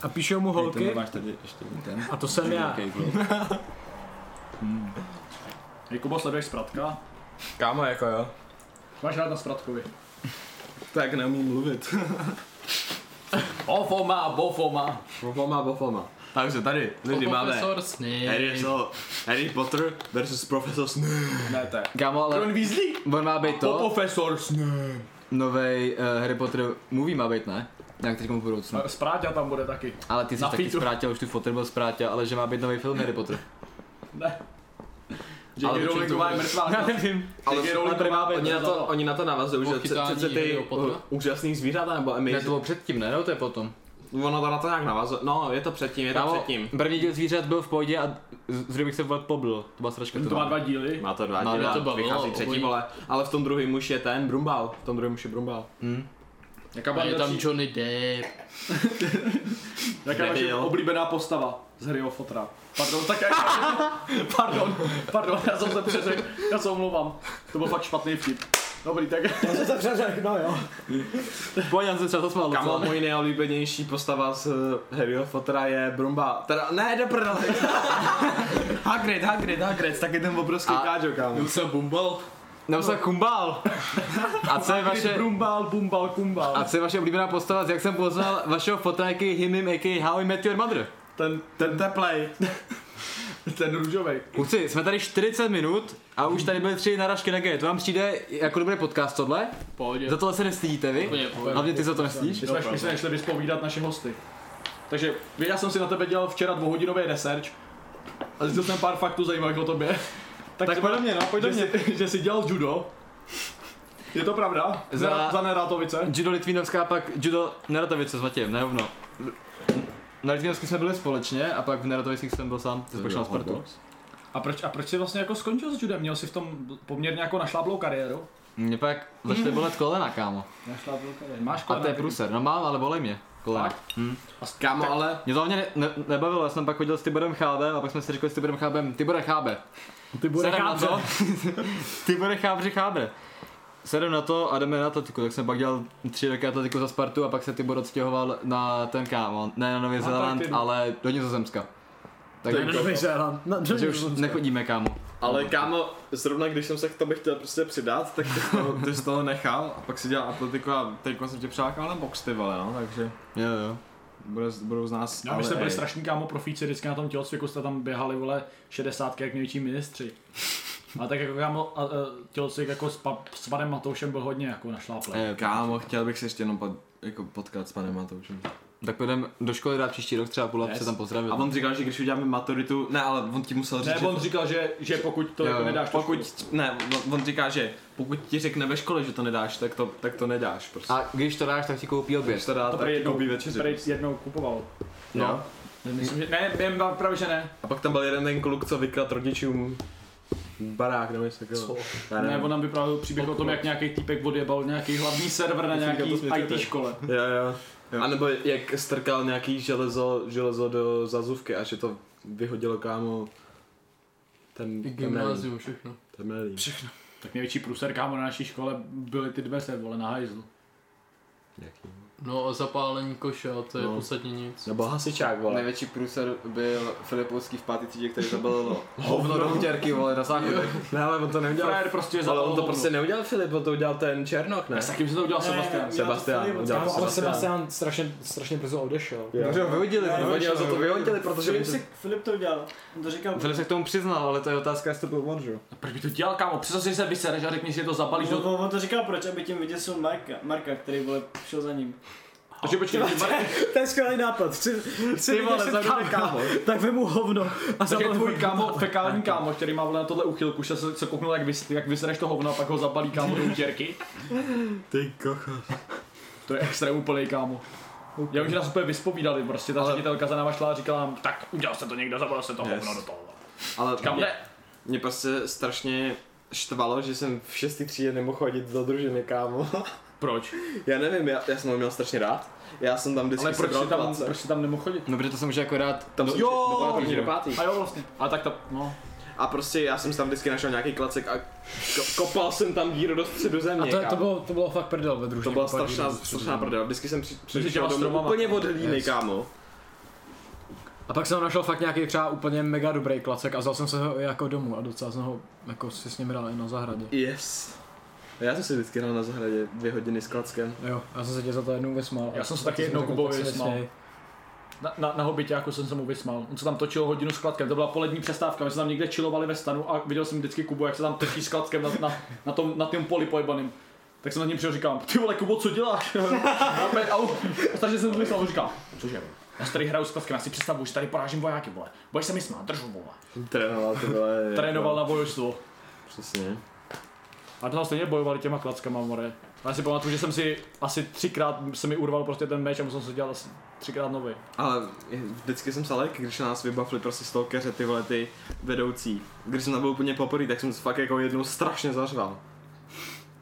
Speaker 11: a píšou mu holky
Speaker 8: tady ještě ten.
Speaker 11: a to jsem já.
Speaker 1: Jakubo, Hmm. sleduješ Spratka?
Speaker 8: Kámo jako jo.
Speaker 1: Máš rád na Spratkovi.
Speaker 8: Tak neumím mluvit.
Speaker 3: Ofoma, bofoma. Ofoma, bofoma.
Speaker 8: Takže tady, lidi,
Speaker 5: O
Speaker 8: máme
Speaker 5: profesor Snape.
Speaker 8: Harry, so, Harry Potter versus profesor Snape.
Speaker 3: Ne, to je.
Speaker 8: Kámo, ale...
Speaker 3: Ron Weasley?
Speaker 8: On má být
Speaker 1: Jako
Speaker 3: To?
Speaker 8: to,
Speaker 3: Profesor Snape.
Speaker 8: novej eh, Harry Potter movie má být, ne? Nějak teď v budoucnu.
Speaker 1: Spráťa tam bude taky.
Speaker 8: Ale ty jsi
Speaker 1: Na
Speaker 8: taky
Speaker 1: featu.
Speaker 8: zprátil, už tu fotr byl zprátil, ale že má být nový film Harry Potter.
Speaker 1: Ne.
Speaker 8: Ale
Speaker 1: J.K.
Speaker 8: o čem to
Speaker 1: Rowlingová je
Speaker 8: bude?
Speaker 1: mrtvá.
Speaker 8: Já nevím.
Speaker 1: Ale J.K. Rowlingová
Speaker 8: no. Ale oni na, to, oni na to navazují,
Speaker 5: Po
Speaker 8: že přece-
Speaker 5: chytání
Speaker 8: přece ty
Speaker 5: Harryho Pottera?
Speaker 8: uh, úžasný zvířata nebo
Speaker 5: Ne,
Speaker 8: Amazing.
Speaker 5: to bylo předtím, ne? No, to je potom.
Speaker 8: Ono to na to nějak navazuje. No, je to předtím, je to
Speaker 5: Kámo,
Speaker 8: předtím.
Speaker 5: první díl zvířat byl v pohodě a zřejmě bych se vlet poblil. To byla sračka.
Speaker 1: To má dva díly.
Speaker 8: Má to dva
Speaker 5: No,
Speaker 8: díly,
Speaker 5: mě to
Speaker 8: a
Speaker 5: bavilo,
Speaker 8: vychází třetí,
Speaker 5: obojí.
Speaker 8: vole. Ale v tom druhém už je ten Brumbal. V tom druhém už je Brumbal.
Speaker 1: Jaká
Speaker 5: A je
Speaker 1: byla
Speaker 5: tam
Speaker 1: vaši-
Speaker 5: Johnny Depp.
Speaker 1: jaká je vaše
Speaker 8: Nebyl.
Speaker 1: oblíbená postava z Harryho Fotra? Pardon, tak Pardon, pardon, já jsem se přeřekl, já se omlouvám. To byl fakt špatný vtip. Dobrý, tak
Speaker 2: Já jsem se přeřekl, no jo.
Speaker 5: Pojď, já jsem se to smál.
Speaker 8: Kamo, můj nejoblíbenější postava z eh, Harryho Pottera je Brumbal. Teda, ne, do prdele. Hagrid, Hagrid, Hagrid, taky ten obrovský
Speaker 5: A-
Speaker 8: káďo, kámo.
Speaker 5: jsem bumbal.
Speaker 8: Nebo se Kumbal. A co je vaše...
Speaker 1: Brumbal, bumbal, kumbal.
Speaker 8: A co je vaše oblíbená postava, z jak jsem poznal vašeho fotra, jaký himim, jaký How I Met Your Mother?
Speaker 3: Ten, ten teplej.
Speaker 1: ten růžový.
Speaker 8: Kluci, jsme tady 40 minut a už tady byly tři narážky na gay. To vám přijde jako dobrý podcast tohle?
Speaker 5: Pohodě.
Speaker 8: Za tohle se nestydíte vy?
Speaker 5: Úplně pohodě.
Speaker 8: Hlavně ty za to nestydíš?
Speaker 1: My jsme, my jsme nešli vyspovídat naše hosty. Takže vy- já jsem si na tebe dělal včera dvouhodinový research a zjistil jsem pár faktů zajímavých o tobě. Tak, tak pojď do mě, no, pojď do mě. Jsi, že jsi dělal judo. Je to pravda? Za,
Speaker 8: Za-
Speaker 1: za Nerátovice?
Speaker 8: Judo Litvinovská, pak judo Neratovice s Matějem, ne hovno. Na Litvinovský jsme byli společně a pak v Neratovicích jsem byl sám, ty jsi počal Spartu.
Speaker 1: A proč, a proč jsi vlastně jako skončil s judem? Měl jsi v tom poměrně jako našláblou kariéru?
Speaker 8: Mě pak
Speaker 1: Mhm.
Speaker 8: začaly bolet kolena, kámo.
Speaker 1: Našláblou kariéru. Máš
Speaker 8: A
Speaker 1: kolena,
Speaker 8: to je
Speaker 1: vidím.
Speaker 8: průser, no mám, ale bolej mě. Kolena. Hm.
Speaker 3: Kámo, ale...
Speaker 8: Mě to hlavně ne, ne, nebavilo, já jsem pak chodil s Tiborem Chábem a pak jsme si řekli s Tiborem Chábem, Tibore Chábe,
Speaker 9: Ty bude
Speaker 8: Sedem na
Speaker 9: chápře.
Speaker 8: to. Ty bude chábře chábře. Sedem na to a jdeme na atletiku, tak jsem pak dělal tři roky atletiku za Spartu a pak se Tibor odstěhoval na ten kámo, ne na Nový Zéland,
Speaker 1: Antarktidu.
Speaker 8: ale do Nizozemska. Tak jako-
Speaker 9: Na Nový Zéland. Na-
Speaker 8: že už nechodíme kámo.
Speaker 3: Ale kámo, zrovna když jsem se k tomu chtěl prostě přidat, tak ty jsi toho, ty jsi toho nechal a pak si dělal atletiku a teď jsem tě přelákal na box ty vole, no, takže
Speaker 8: Jo jo.
Speaker 3: bude, budou z nás...
Speaker 1: Já my
Speaker 3: ale
Speaker 1: No, jste byli
Speaker 3: ej.
Speaker 1: strašný kámo profíci, vždycky na tom tělocviku jste tam běhali, vole, 60 jak největší ministři. A tak jako kámo, a, a, tělocvik jako s, pa, s panem Matoušem byl hodně jako našláplý.
Speaker 8: Je,
Speaker 3: Eh, Kámo, chtěl bych se ještě jenom pod, jako potkat s panem Matoušem.
Speaker 8: tak půjdeme do školy dát příští rok třeba půl yes.
Speaker 3: Yes.
Speaker 8: se tam pozdravit.
Speaker 3: A on říkal, že když uděláme maturitu, ne, ale on ti musel říct,
Speaker 1: Ne,
Speaker 3: že
Speaker 1: on říkal, že, že pokud to
Speaker 8: Jo,
Speaker 1: jako nedáš do školy.
Speaker 3: pokud, ne, on, on říká, že pokud ti řekne ve škole, že to nedáš, tak to, tak to nedáš prostě.
Speaker 8: A když to dáš, tak ti koupí
Speaker 3: Když
Speaker 8: oběd.
Speaker 3: to dá,
Speaker 1: To
Speaker 3: tak
Speaker 1: prý
Speaker 3: ti
Speaker 1: jednou,
Speaker 3: koupí večeři.
Speaker 1: prý jednou kupoval.
Speaker 3: No.
Speaker 1: Myslím, že ne, jen právě, že ne.
Speaker 3: A pak tam byl jeden ten kluk, co vykrat rodičům barák, nebo něco takového. Já
Speaker 1: Ne,
Speaker 3: nevím.
Speaker 1: on nám vyprávěl příběh o tom, jak nějaký týpek odjebal nějaký hlavní server na nějaký IT škole.
Speaker 3: Jo, jo. A nebo jak strkal nějaký železo, železo do zazuvky a že to vyhodilo kámo ten temelín.
Speaker 5: Gymnázium, všechno.
Speaker 3: temelín.
Speaker 1: Tak největší průser kámo na naší škole byly ty dveře, vole, na hajzlu.
Speaker 3: Jaký?
Speaker 5: No a zapálení koše, a to je
Speaker 3: No.
Speaker 5: v podstatě nic.
Speaker 3: Nebo hasičák, vole.
Speaker 7: Největší průser byl Filipovský v pátý třídě, který zabalil
Speaker 8: Hovno do utěrky, vole, na záchodě.
Speaker 3: Ne, ale on to neudělal.
Speaker 1: Frajer prostě
Speaker 3: Ale on to
Speaker 1: zabalil
Speaker 3: prostě neudělal Filip, on to udělal ten Černoch, ne?
Speaker 1: Tak s kým jsi to udělal, Sebastian?
Speaker 3: Sebastian, udělal
Speaker 2: Kámo,
Speaker 3: to
Speaker 2: ale
Speaker 3: Sebastian.
Speaker 2: Sebastian strašně, strašně brzo odešel.
Speaker 8: Takže ho vyhodili,
Speaker 3: Oni ho za to vyhodili, protože
Speaker 6: Filip,
Speaker 3: jim si...
Speaker 6: si, Filip to udělal. On to říkal.
Speaker 8: Filip se k tomu přiznal, ale to je otázka, jestli to byl on, že jo?
Speaker 1: Proč by to dělal, kámo? Přesně si se vysereš a řekni si to zabalíš
Speaker 6: On,
Speaker 1: do...
Speaker 6: on, on to říkal proč, aby tím vyděsil Marka, Marka který vole šel za ním.
Speaker 1: Takže počkej, ty Marek,
Speaker 2: To je skvělý nápad. Chci, chci
Speaker 3: Ty vole, za
Speaker 2: kámo, tak vemu hovno a
Speaker 1: takže
Speaker 2: zabalím.
Speaker 1: tvůj kámo, fekální kámo, který má vole na tohle uchylku, že se, se kouknul, jak, vys, jak vysereš to hovno a pak ho zabalí kámo do utěrky.
Speaker 3: Ty kocho.
Speaker 1: To je extrém úplný kámo. Já už nás úplně vyspovídali, prostě ta ředitelka za náma šla a říkala nám, tak udělal jste to někdo, zabalil jste to hovno do toho.
Speaker 3: Ale
Speaker 1: Říkám,
Speaker 3: mě,
Speaker 1: ne,
Speaker 3: mě prostě strašně štvalo, že jsem v šestý třídě nemohl chodit do družiny, kámo.
Speaker 1: proč?
Speaker 3: Já nevím, já, já jsem ho měl strašně rád. Já jsem tam vždycky
Speaker 1: Ale proč
Speaker 3: sebral
Speaker 1: si tam,
Speaker 3: 20.
Speaker 1: proč si tam nemohl chodit?
Speaker 8: No, protože to se může akorát...
Speaker 3: Tam jsem šel
Speaker 1: Jo!
Speaker 3: do pátý, do pátý.
Speaker 1: A jo, vlastně. A tak to, no.
Speaker 3: A prostě já jsem tam vždycky našel nějaký klacek a ko- kopal jsem tam díru do středu země.
Speaker 9: A to, je- to,
Speaker 3: kámo.
Speaker 9: bylo, to bylo fakt prdel ve družině.
Speaker 3: to byla
Speaker 9: Opadní
Speaker 3: strašná,
Speaker 9: družině.
Speaker 3: strašná prdel. Vždycky jsem při- přišel
Speaker 1: těma
Speaker 3: domů
Speaker 1: stromama.
Speaker 3: úplně odhlíny,
Speaker 9: Yes.
Speaker 3: kámo.
Speaker 9: A pak jsem našel fakt nějaký třeba úplně mega dobrý klacek a vzal jsem se ho i jako domů a docela jsem ho jako si s ním hrál i na zahradě.
Speaker 3: Yes.
Speaker 8: Já jsem si vždycky hrál na zahradě dvě hodiny s klackem.
Speaker 9: Jo, já jsem se tě za to jednou vysmál.
Speaker 1: Já jsem se taky jednou Kubovi vysmál. Na, na, na hobitě, jako jsem se mu vysmál. On se tam točil hodinu s kladkem, to byla polední přestávka, my jsme tam někde čilovali ve stanu a viděl jsem vždycky Kubu, jak se tam točí s kladkem na, na, na, tom, na tom poli pojebaným. Tak jsem nad ním přišel říkám, ty vole Kubo, co děláš? A opět, au, takže jsem mu vysmál, on říká, cože, já se tady hraju s kladkem, já si představuju, že tady porážím vojáky, vole. Budeš se mi smát, držu, vole.
Speaker 8: Trénoval to bylo.
Speaker 1: Trénoval na bojovstvo.
Speaker 8: Přesně.
Speaker 1: A tam stejně bojovali těma klackama, more. A já si pamatuju, že jsem si asi třikrát se mi urval prostě ten meč a musel jsem si dělat asi třikrát nový.
Speaker 8: Ale vždycky jsem salek, když na nás vybavili prostě stalkeře ty vole ty vedoucí. Když jsem tam byl úplně poprvé, tak jsem fakt jako jednou strašně zařval.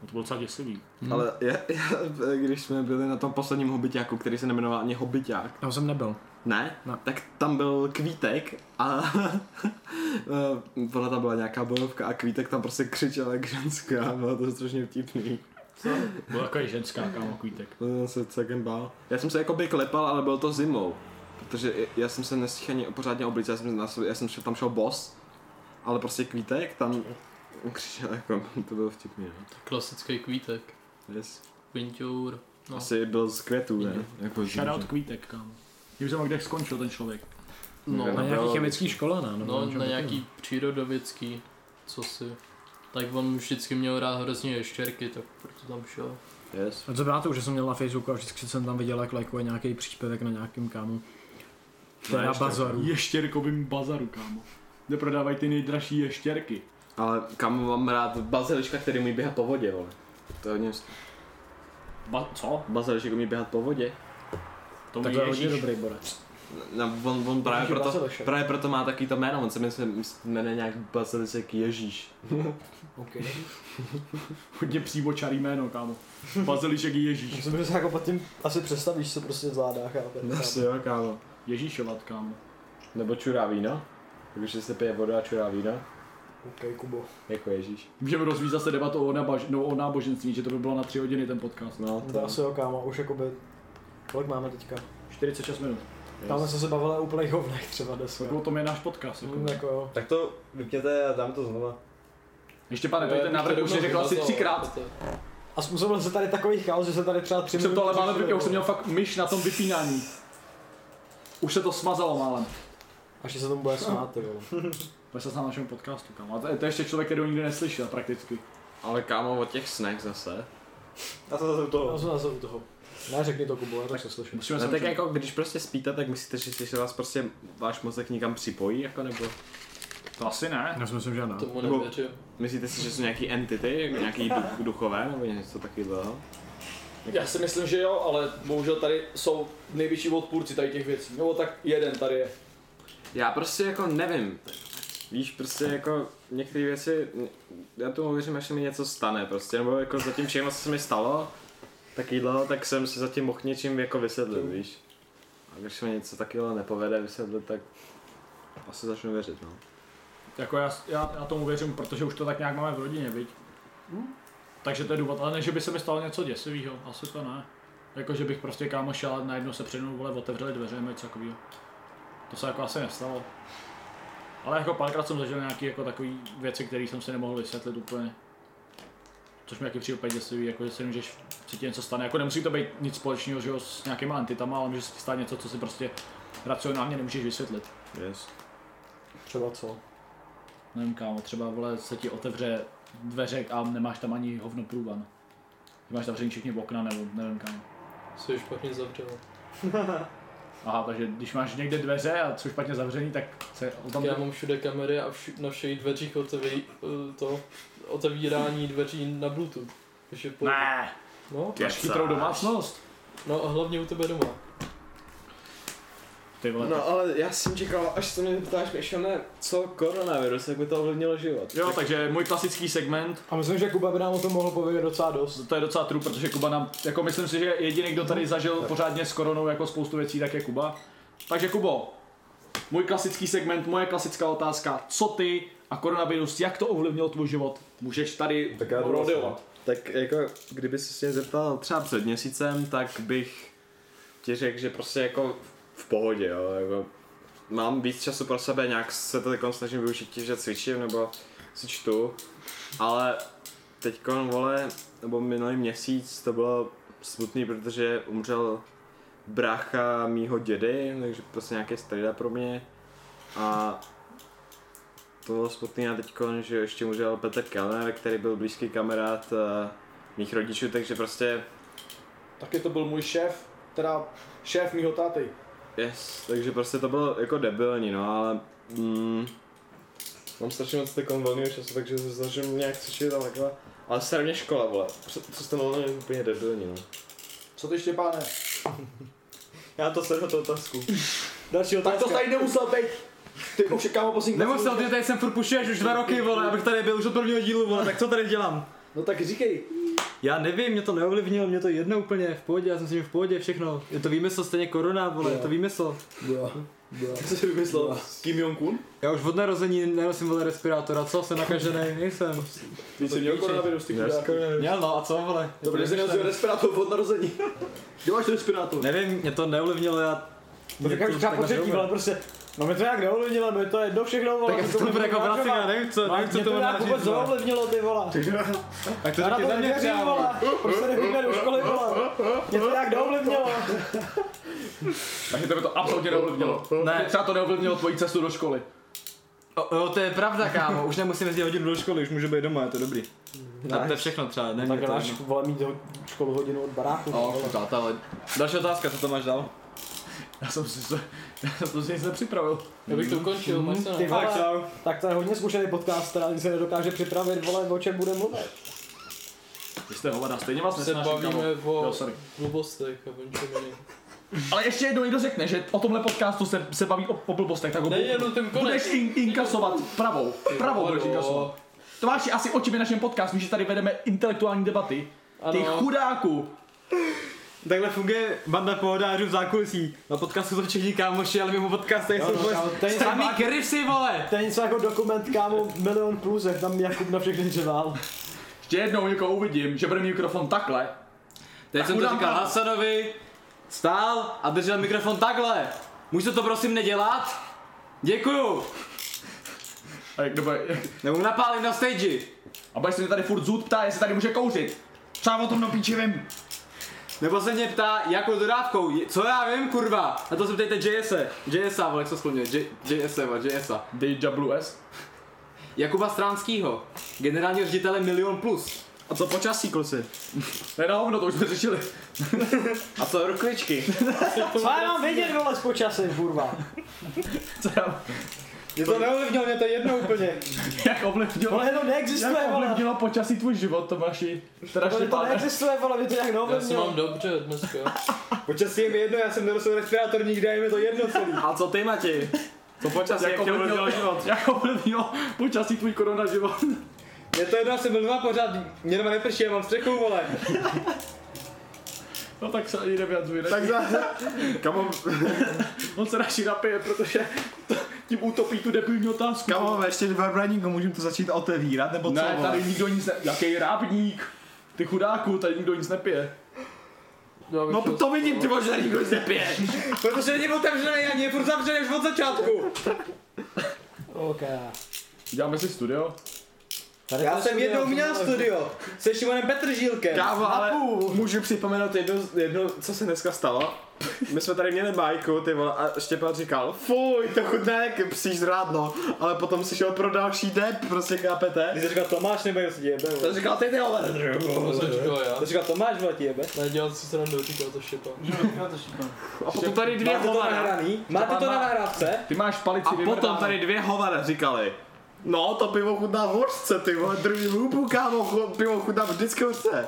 Speaker 1: No to bylo docela děsivý.
Speaker 8: Hmm. Ale já, já, když jsme byli na tom posledním hobitáku, který se nemenoval ani hobiták,
Speaker 9: Tam jsem nebyl.
Speaker 8: ne?
Speaker 9: Ne.
Speaker 8: Tak tam byl Kvítek a eh, podle tam byla nějaká bojovka a Kvítek tam prostě křičel jak ženská, bylo to strašně vtipný.
Speaker 1: Byl takový ženská kámo kvítek.
Speaker 8: No, Já se celkem bál. Já jsem se jako by klepal, ale bylo to zimou. Protože j- já jsem se nestihl ani pořádně oblíct, já jsem, na sebe- já jsem šel, tam šel boss. Ale prostě kvítek tam křičel jako, to bylo vtipný, no.
Speaker 5: Klasický kvítek.
Speaker 8: Yes.
Speaker 5: Vinťour. No.
Speaker 8: Asi byl z květů, ne?
Speaker 5: Mhm.
Speaker 8: Jako
Speaker 1: Shoutout kvítek, kámo. Kdyby jsem kde skončil ten člověk.
Speaker 5: No,
Speaker 9: Na
Speaker 8: No,
Speaker 9: nějaký
Speaker 8: jo.
Speaker 9: chemický škole, ne?
Speaker 5: no,
Speaker 9: čem
Speaker 5: na
Speaker 9: takovém.
Speaker 5: nějaký přírodovědský, co si. Tak on vždycky měl rád hrozně ještěrky, tak proto tam šel.
Speaker 8: Yes.
Speaker 9: A co byla to, že jsem měl na Facebooku a vždycky jsem tam viděl, jak lajkuje nějaký příspěvek na nějakým kámu. To je na bazaru.
Speaker 1: Ještěrkovým bazaru, kámo. Kde prodávají ty nejdražší ještěrky.
Speaker 8: Ale kam mám rád baziliška, který umí běhat po vodě, vole. To je hodně...
Speaker 1: Ba- co?
Speaker 8: Bazilišek umí běhat po vodě.
Speaker 1: To
Speaker 9: Tak
Speaker 1: mi
Speaker 9: to je hodně
Speaker 1: Ježíš.
Speaker 9: dobrý bore.
Speaker 8: No, on, on právě,
Speaker 2: Ježíš
Speaker 8: proto,
Speaker 2: Bazilišek.
Speaker 8: právě proto má taky to jméno, on se myslím, jmenuje nějak Bazilišek Ježíš.
Speaker 2: Okay.
Speaker 1: Hodně přímočarý jméno, kámo. Bazilišek je Ježíš.
Speaker 2: Myslím, že se jako pod tím asi představíš, co prostě zvládá, chápeš?
Speaker 8: No, jo, kámo.
Speaker 1: Ježíšovat, kámo.
Speaker 8: Nebo čurá víno. Takže se pije voda a čurá víno.
Speaker 2: Ok, Kubo.
Speaker 8: Jako Ježíš.
Speaker 1: Můžeme rozvíjet zase debatu o, nabaž- no, o náboženství, že to by bylo na tři hodiny ten podcast.
Speaker 8: No,
Speaker 2: To asi jo, kámo, už jakoby... Kolik máme teďka?
Speaker 1: 46 minut.
Speaker 2: Tam jsme se bavili o úplných hovnech třeba
Speaker 1: Tak
Speaker 2: deska.
Speaker 1: o tom je náš podcast. Jako.
Speaker 2: Hmm,
Speaker 9: No,
Speaker 2: jako jo.
Speaker 7: Tak to vypněte a dáme to znova.
Speaker 1: Ještě pane, tady ten návrh už je řekl asi třikrát.
Speaker 2: A způsobil se tady takový chaos, že se tady třeba tři
Speaker 1: Jsem to ale
Speaker 2: minuty
Speaker 1: málem,
Speaker 2: řešili,
Speaker 1: já už jsem
Speaker 2: no.
Speaker 1: měl fakt myš na tom vypínání. Už se to smazalo málem.
Speaker 2: Až se tomu bude smát, ty vole.
Speaker 1: Bude se s námi našemu podcastu, kámo. A to je, to je ještě člověk, který ho nikdy neslyšel prakticky.
Speaker 8: Ale kámo, o těch snech zase.
Speaker 7: Já jsem zase u
Speaker 3: No.
Speaker 2: Já
Speaker 7: toho.
Speaker 2: jsem zase u toho. Ne, řekni to, Kubo, já to se slyším.
Speaker 1: Musíme
Speaker 8: No,
Speaker 1: se
Speaker 8: tak
Speaker 1: učit.
Speaker 8: jako, když prostě spíte, tak myslíte, že si se vás prostě váš mozek někam připojí, jako nebo?
Speaker 1: To asi ne.
Speaker 9: Já si myslím, že ne.
Speaker 5: Tomu
Speaker 8: Nebo-
Speaker 5: nevěřil.
Speaker 8: Myslíte si, že jsou nějaký entity, nějaký du- duchové nebo něco no? takového?
Speaker 1: Já si myslím, že jo, ale bohužel tady jsou největší odpůrci tady těch věcí. Nebo tak jeden tady je.
Speaker 8: Já prostě jako nevím. Víš, prostě jako některé věci, já tomu věřím, až se mi něco stane prostě, nebo jako zatím všechno, co se mi stalo, tak jídlo, tak jsem si zatím mohl něčím jako vysvětlit, víš. A když se mi něco takového nepovede vysvětlit, tak asi začnu věřit, no.
Speaker 1: Jako já, já, já tomu věřím, protože už to tak nějak máme v rodině, viď? Takže to je důvod, ale ne, že by se mi stalo něco děsivého, asi to ne. Jako, že bych prostě kámo šel a najednou se před mnou vole otevřeli dveře nebo něco takového. To se jako asi nestalo. Ale jako párkrát jsem zažil nějaké jako takové věci, které jsem si nemohl vysvětlit úplně. Což mi jaký přijde úplně děsivý, jako že si můžeš, se ti něco stane. Jako nemusí to být nic společného že jo, s nějakýma entitama, ale může se ti stát něco, co si prostě racionálně nemůžeš vysvětlit.
Speaker 8: Yes.
Speaker 2: Třeba co?
Speaker 1: Nevím kámo, třeba vole se ti otevře dveře a nemáš tam ani hovno průvan. Ty máš zavřený všichni okna nebo nevím kámo.
Speaker 5: Se špatně zavřel.
Speaker 1: Aha, takže když máš někde dveře a jsou špatně zavřený, tak se o tom...
Speaker 5: Tak já mám všude kamery a všu, na všech dveřích oteví, eh, to, otevírání dveří na Bluetooth. Což je po...
Speaker 1: Ne,
Speaker 5: No,
Speaker 1: máš chytrou domácnost.
Speaker 5: no a hlavně u tebe doma.
Speaker 1: Ty vole,
Speaker 7: No.
Speaker 1: tak-
Speaker 8: No, ale já jsem čekal, až se mě ptáš, ještě ne, co koronavirus, jak by to ovlivnilo život.
Speaker 1: Jo, takže můj klasický segment,
Speaker 2: A myslím, že Kuba by nám o tom mohl povědět docela dost.
Speaker 1: to je docela true, protože Kuba nám, jako myslím si, že jediný, kdo tady zažil pořádně s koronou jako spoustu věcí, tak je Kuba. Takže Kubo, můj klasický segment, moje klasická otázka, co ty a koronavirus, jak to ovlivnil tvůj život? Můžeš tady
Speaker 7: Tak já jdu
Speaker 1: rodeovat.
Speaker 8: Tak jako, kdyby se mě zeptal třeba před měsícem, tak bych ti řekl, že prostě jako v pohodě, jo, jako mám víc času pro sebe, nějak se to teď snažím využít, tím, že cvičím nebo si čtu, ale teďkon, vole, nebo minulý měsíc to bylo smutný, protože umřel brácha mýho dědy, takže prostě nějaký strida pro mě. A to bylo smutný a teďkon, že ještě umřel Petr Kellner, který byl blízký kamarád eh, mých rodičů, takže prostě
Speaker 2: Taky to byl můj šéf, teda šéf mýho táty.
Speaker 8: Yes, takže prostě to bylo jako debilní, no, ale mm, mám strašně moc takovou volného času, takže se snažím nějak cvičit a takhle. Ale strašně škola, vole. Co, co jste mluvil, je úplně debilní, no.
Speaker 2: Co ty Štěpáne?
Speaker 8: Já to sledu tu otázku.
Speaker 2: Další otázka. Tak to tady nemusel být. Ty už kámo posím.
Speaker 3: Nemusel, ty tady jsem furt pušuješ už dva roky, vole, abych tady byl už od prvního dílu, vole, tak co tady dělám?
Speaker 2: No tak říkej.
Speaker 3: Já nevím, mě to neovlivnilo, mě to jedno úplně, v pohodě, já jsem s ním v pohodě, všechno. Je to výmysl, stejně korona, vole, je to výmysl.
Speaker 2: Jo. Jo.
Speaker 3: Co jsi vymyslel? Kim Jong-un? Já už od narození nenosím vole respirátora, co? Jsem nakažený, nejsem.
Speaker 2: Ty jsi měl koronavirus, ty chudáku.
Speaker 3: Měl no, a co vole?
Speaker 2: Dobře, že jsi neměl respirátor od narození. Kde máš ten respirátor?
Speaker 3: Nevím, mě to neovlivnilo, já...
Speaker 2: No tak jak říká po třetí, ale prostě. No mi to nějak neovlivnilo, mi to jedno všechno, vole.
Speaker 3: Tak já
Speaker 2: mi
Speaker 3: se to bude jako vracím, já nevím co,
Speaker 2: No,
Speaker 3: nevím co
Speaker 2: mě to
Speaker 3: to
Speaker 2: nějak
Speaker 3: má
Speaker 2: vůbec neovlivnilo, ty vole.
Speaker 3: Tak to
Speaker 2: Já na
Speaker 3: řekni
Speaker 2: to
Speaker 3: za mě
Speaker 2: nevěřím,
Speaker 3: třeba.
Speaker 2: vole. Prostě nechodíme do školy, vole. Mě to nějak neovlivnilo.
Speaker 1: Takže tebe to absolutně neovlivnilo.
Speaker 3: Ne.
Speaker 1: Třeba to neovlivnilo tvoji cestu do školy.
Speaker 3: O, jo, to je pravda, kámo, už nemusím jezdit hodinu do školy, už můžu být doma, je to dobrý. A to je všechno třeba, ne?
Speaker 2: Tak
Speaker 3: mě to
Speaker 2: dáš,
Speaker 3: jedno.
Speaker 2: vole, mít ho- školu hodinu od baráku.
Speaker 3: No,
Speaker 2: vole.
Speaker 3: táta, ale... Další otázka, co to máš dál?
Speaker 1: Já jsem si to, já jsem si nic nepřipravil.
Speaker 5: Já bych to
Speaker 3: Mm,
Speaker 5: ukončil, máš se
Speaker 2: Ty
Speaker 5: na...
Speaker 2: vole,
Speaker 7: Tak čau.
Speaker 2: tak to je hodně zkušený podcast, teda když se nedokáže připravit, vole, o čem bude mluvit.
Speaker 1: Vy jste hovada, stejně vás
Speaker 5: se
Speaker 1: nesnáším, kámo.
Speaker 5: bavíme o
Speaker 1: Jo, sorry.
Speaker 5: blbostech a ničem jiným.
Speaker 1: Ale ještě jednou někdo řekne, že o tomhle podcastu se, se baví o, o blbostech, tak ho
Speaker 5: Ne,
Speaker 1: bu-
Speaker 5: jenom ten konec.
Speaker 1: budeš in, inkasovat pravou. Pravou budeš inkasovat. To máš asi oči v našem podcastu, že tady vedeme intelektuální debaty. Ty
Speaker 5: Ano.
Speaker 1: chudáku.
Speaker 3: Takhle funguje banda pohodářů v zákulisí. Na podcastu jsou všichni kámoši, ale mimo podcast
Speaker 2: Jo,
Speaker 3: jsou
Speaker 2: no, kámo, to je
Speaker 3: vůbec
Speaker 2: něco
Speaker 3: samý
Speaker 2: fakt-
Speaker 3: krysy, vole!
Speaker 2: To je něco jako dokument, kámo, milion plus, jak tam Jakub na všechny řval.
Speaker 1: Ještě jednou někoho uvidím, že bude mít mikrofon takhle.
Speaker 3: Teď jsem to
Speaker 1: udám
Speaker 3: říkal
Speaker 1: pravdu.
Speaker 3: Hasanovi, stál a držel mikrofon takhle. Můžete to prosím nedělat? Děkuju.
Speaker 1: A jak dobře.
Speaker 3: Nebo mu napálím na stage.
Speaker 1: A bude se mě tady furt zůd ptá, jestli tady může kouřit. Třeba o tom do píči vím.
Speaker 3: Nebo se mě ptá, jakou dodávkou, je- co já vím, kurva. Na to se ptejte E. JSE. JSA, vole, jak se splňuje, JSE, E, vole, JSA.
Speaker 1: DWS.
Speaker 3: Jakuba Stránskýho, generálního ředitele Milion Plus.
Speaker 8: A co počasí, kluci?
Speaker 1: To je na hovno, to už jsme řešili.
Speaker 8: A co rukličky?
Speaker 2: Co já mám vědět, vole, z počasí, kurva.
Speaker 1: Co já,
Speaker 7: Mě to neovlivnilo, mě to jedno úplně.
Speaker 1: jak ovlivnilo,
Speaker 2: Vole, jenom neexistuje,
Speaker 1: jak
Speaker 2: vole.
Speaker 1: ovlivnilo počasí tvůj život, Tomáši? Teda
Speaker 2: Vole, to
Speaker 1: Štěpáne.
Speaker 2: neexistuje, vole, mě to nějak
Speaker 5: Já se mám
Speaker 2: neovlivnilo.
Speaker 5: dobře dneska.
Speaker 7: Počasí je mi jedno, já jsem nerosl respirátor nikdy, a je mi to jedno celý.
Speaker 8: A co ty, Mati? Co počasí, jak
Speaker 1: Jak
Speaker 8: tě
Speaker 1: ovlivnilo,
Speaker 8: ovlivnilo život?
Speaker 1: jak ovlivnilo počasí tvůj korona život?
Speaker 7: Mě to jedno, já jsem byl doma pořád, mě doma neprší, já mám střechu, vole.
Speaker 1: No tak se ani nevyjadřuji. Tak
Speaker 8: Tak za... Kamo,
Speaker 1: on se radši napije, protože to, tím utopí tu debilní otázku.
Speaker 8: kamo, ještě dva braníku, můžeme to začít otevírat, nebo co?
Speaker 1: ne,
Speaker 8: vole?
Speaker 1: tady nikdo nic ne... Jaký rábník? Ty chudáku, tady nikdo nic nepije.
Speaker 5: Já bych
Speaker 8: No
Speaker 5: šel-
Speaker 8: to vidím, ty vole, že tady nikdo nic nepije.
Speaker 7: Protože není otevřený ani je furt zavřený už od začátku.
Speaker 2: OK.
Speaker 1: Děláme si studio?
Speaker 2: Tady
Speaker 7: Já
Speaker 2: to
Speaker 7: jsem
Speaker 2: studio,
Speaker 7: jednou
Speaker 2: ty
Speaker 7: měl
Speaker 2: vole.
Speaker 7: studio se Šimonem Petržílkem.
Speaker 8: Kámo, ale můžu připomenout jedno, jedno, co se dneska stalo. My jsme tady měli bajku, ty vole, a Štěpán říkal, fuj, to chutná jak psíš zrádno, ale potom si šel pro další dep, prostě
Speaker 7: Ty
Speaker 8: chápete?
Speaker 7: jsi říkal Tomáš nebo jsi jebe, vole.
Speaker 8: To říkal ty, ty vole.
Speaker 5: No, Posečko, já.
Speaker 7: To říkal Tomáš, vole, ti jebe.
Speaker 5: Ne, dělám si srandu, říkal to šepa.
Speaker 8: A potom tady dvě
Speaker 7: Máte to nahraný? Máte to na nahrávce?
Speaker 1: Ty máš palici
Speaker 8: A potom tady dvě hovada říkali. No, to pivo chutná v hořce, ty vole, druhý hůbu, kámo, chu- pivo chutná vždycky v hořce.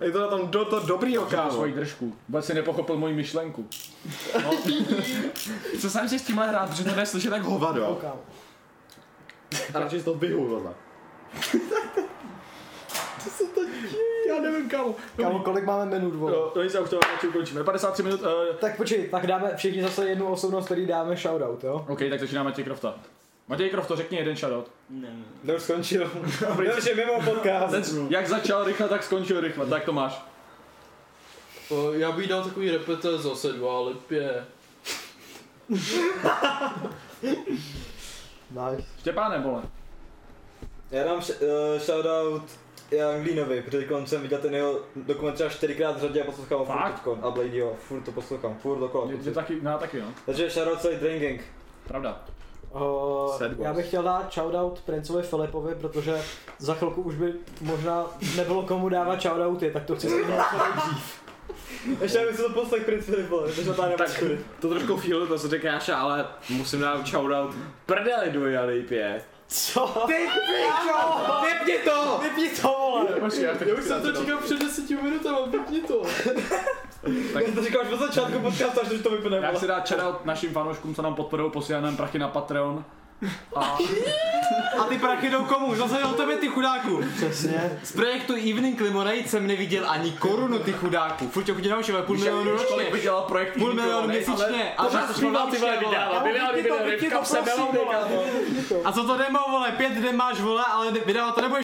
Speaker 8: Je to na tom do to dobrýho, kámo.
Speaker 1: svoji držku. Vůbec si nepochopil moji myšlenku. No. Co jsem si s tímhle hrát, protože to neslyšet tak ho...
Speaker 8: Hovado.
Speaker 2: Kámo.
Speaker 8: A radši to vyhu, vole.
Speaker 1: Já nevím kam.
Speaker 2: Kámo, kolik máme minut, vole?
Speaker 1: No, no nic, já už to radši ukončíme. 53 minut. Uh,
Speaker 2: Tak počkej, tak dáme všichni zase jednu osobnost, který dáme shoutout, jo?
Speaker 1: OK, tak začínáme Matěj Krofta. Matěj Krofto, řekni jeden shoutout.
Speaker 7: To už skončil. Takže mimo podcast.
Speaker 1: Jak začal rychle, tak skončil rychle. Tak to máš.
Speaker 5: O, Já bych dal takový repete zase dva lipě.
Speaker 2: Nice.
Speaker 1: Štěpáne, vole.
Speaker 7: Já dám š- eh, shoutout
Speaker 3: já Anglínovi, protože teď jsem viděl ten jeho dokument třeba čtyřikrát v řadě a poslouchám ho furt
Speaker 1: Fakt?
Speaker 3: teďkon. A Blade, jo, furt to poslouchám, furt dokola.
Speaker 1: Je, je taky, no, já taky, no.
Speaker 3: Takže shoutout celý Drain Gang.
Speaker 1: Pravda.
Speaker 12: O,
Speaker 3: Sad
Speaker 12: já
Speaker 3: boys.
Speaker 12: bych chtěl dát shoutout Princovi Filipovi, protože za chvilku už by možná nebylo komu dávat shoutouty, tak to chci zmínit.
Speaker 3: Ještě bych si to poslech Prince Filipo, než to tady
Speaker 13: Tak to trošku fílu, to co říkáš, ale musím dát shoutout prdeli dvojali pě.
Speaker 12: Co?
Speaker 13: Ty pičo! Vypni to!
Speaker 12: Vypni to, vole!
Speaker 5: Já už jsem to čekal před 10 minutami, vypni to.
Speaker 3: Tak to říkáš od začátku podcastu, až to vypne.
Speaker 1: Já chci dát shoutout našim fanouškům, co nám podporují, posílají nám prachy na Patreon. A
Speaker 8: A ty prachy jdou komu? Zase jdou tebe, ty chudáku.
Speaker 12: Přesně.
Speaker 8: Z projektu Evening Limonade jsem neviděl ani korunu, ty chudáku. Furt tě chodí na uši, ale půl milionu ročně.
Speaker 13: vydělal projekt
Speaker 8: Půl milionu měsíčně. A
Speaker 13: pořád
Speaker 8: to
Speaker 13: jsme
Speaker 8: šlo
Speaker 13: ty vole vydává, miliony, miliony, v kapse melou,
Speaker 8: A co to demo, vole? Pět dem máš, vole, ale vydává to nebudeš.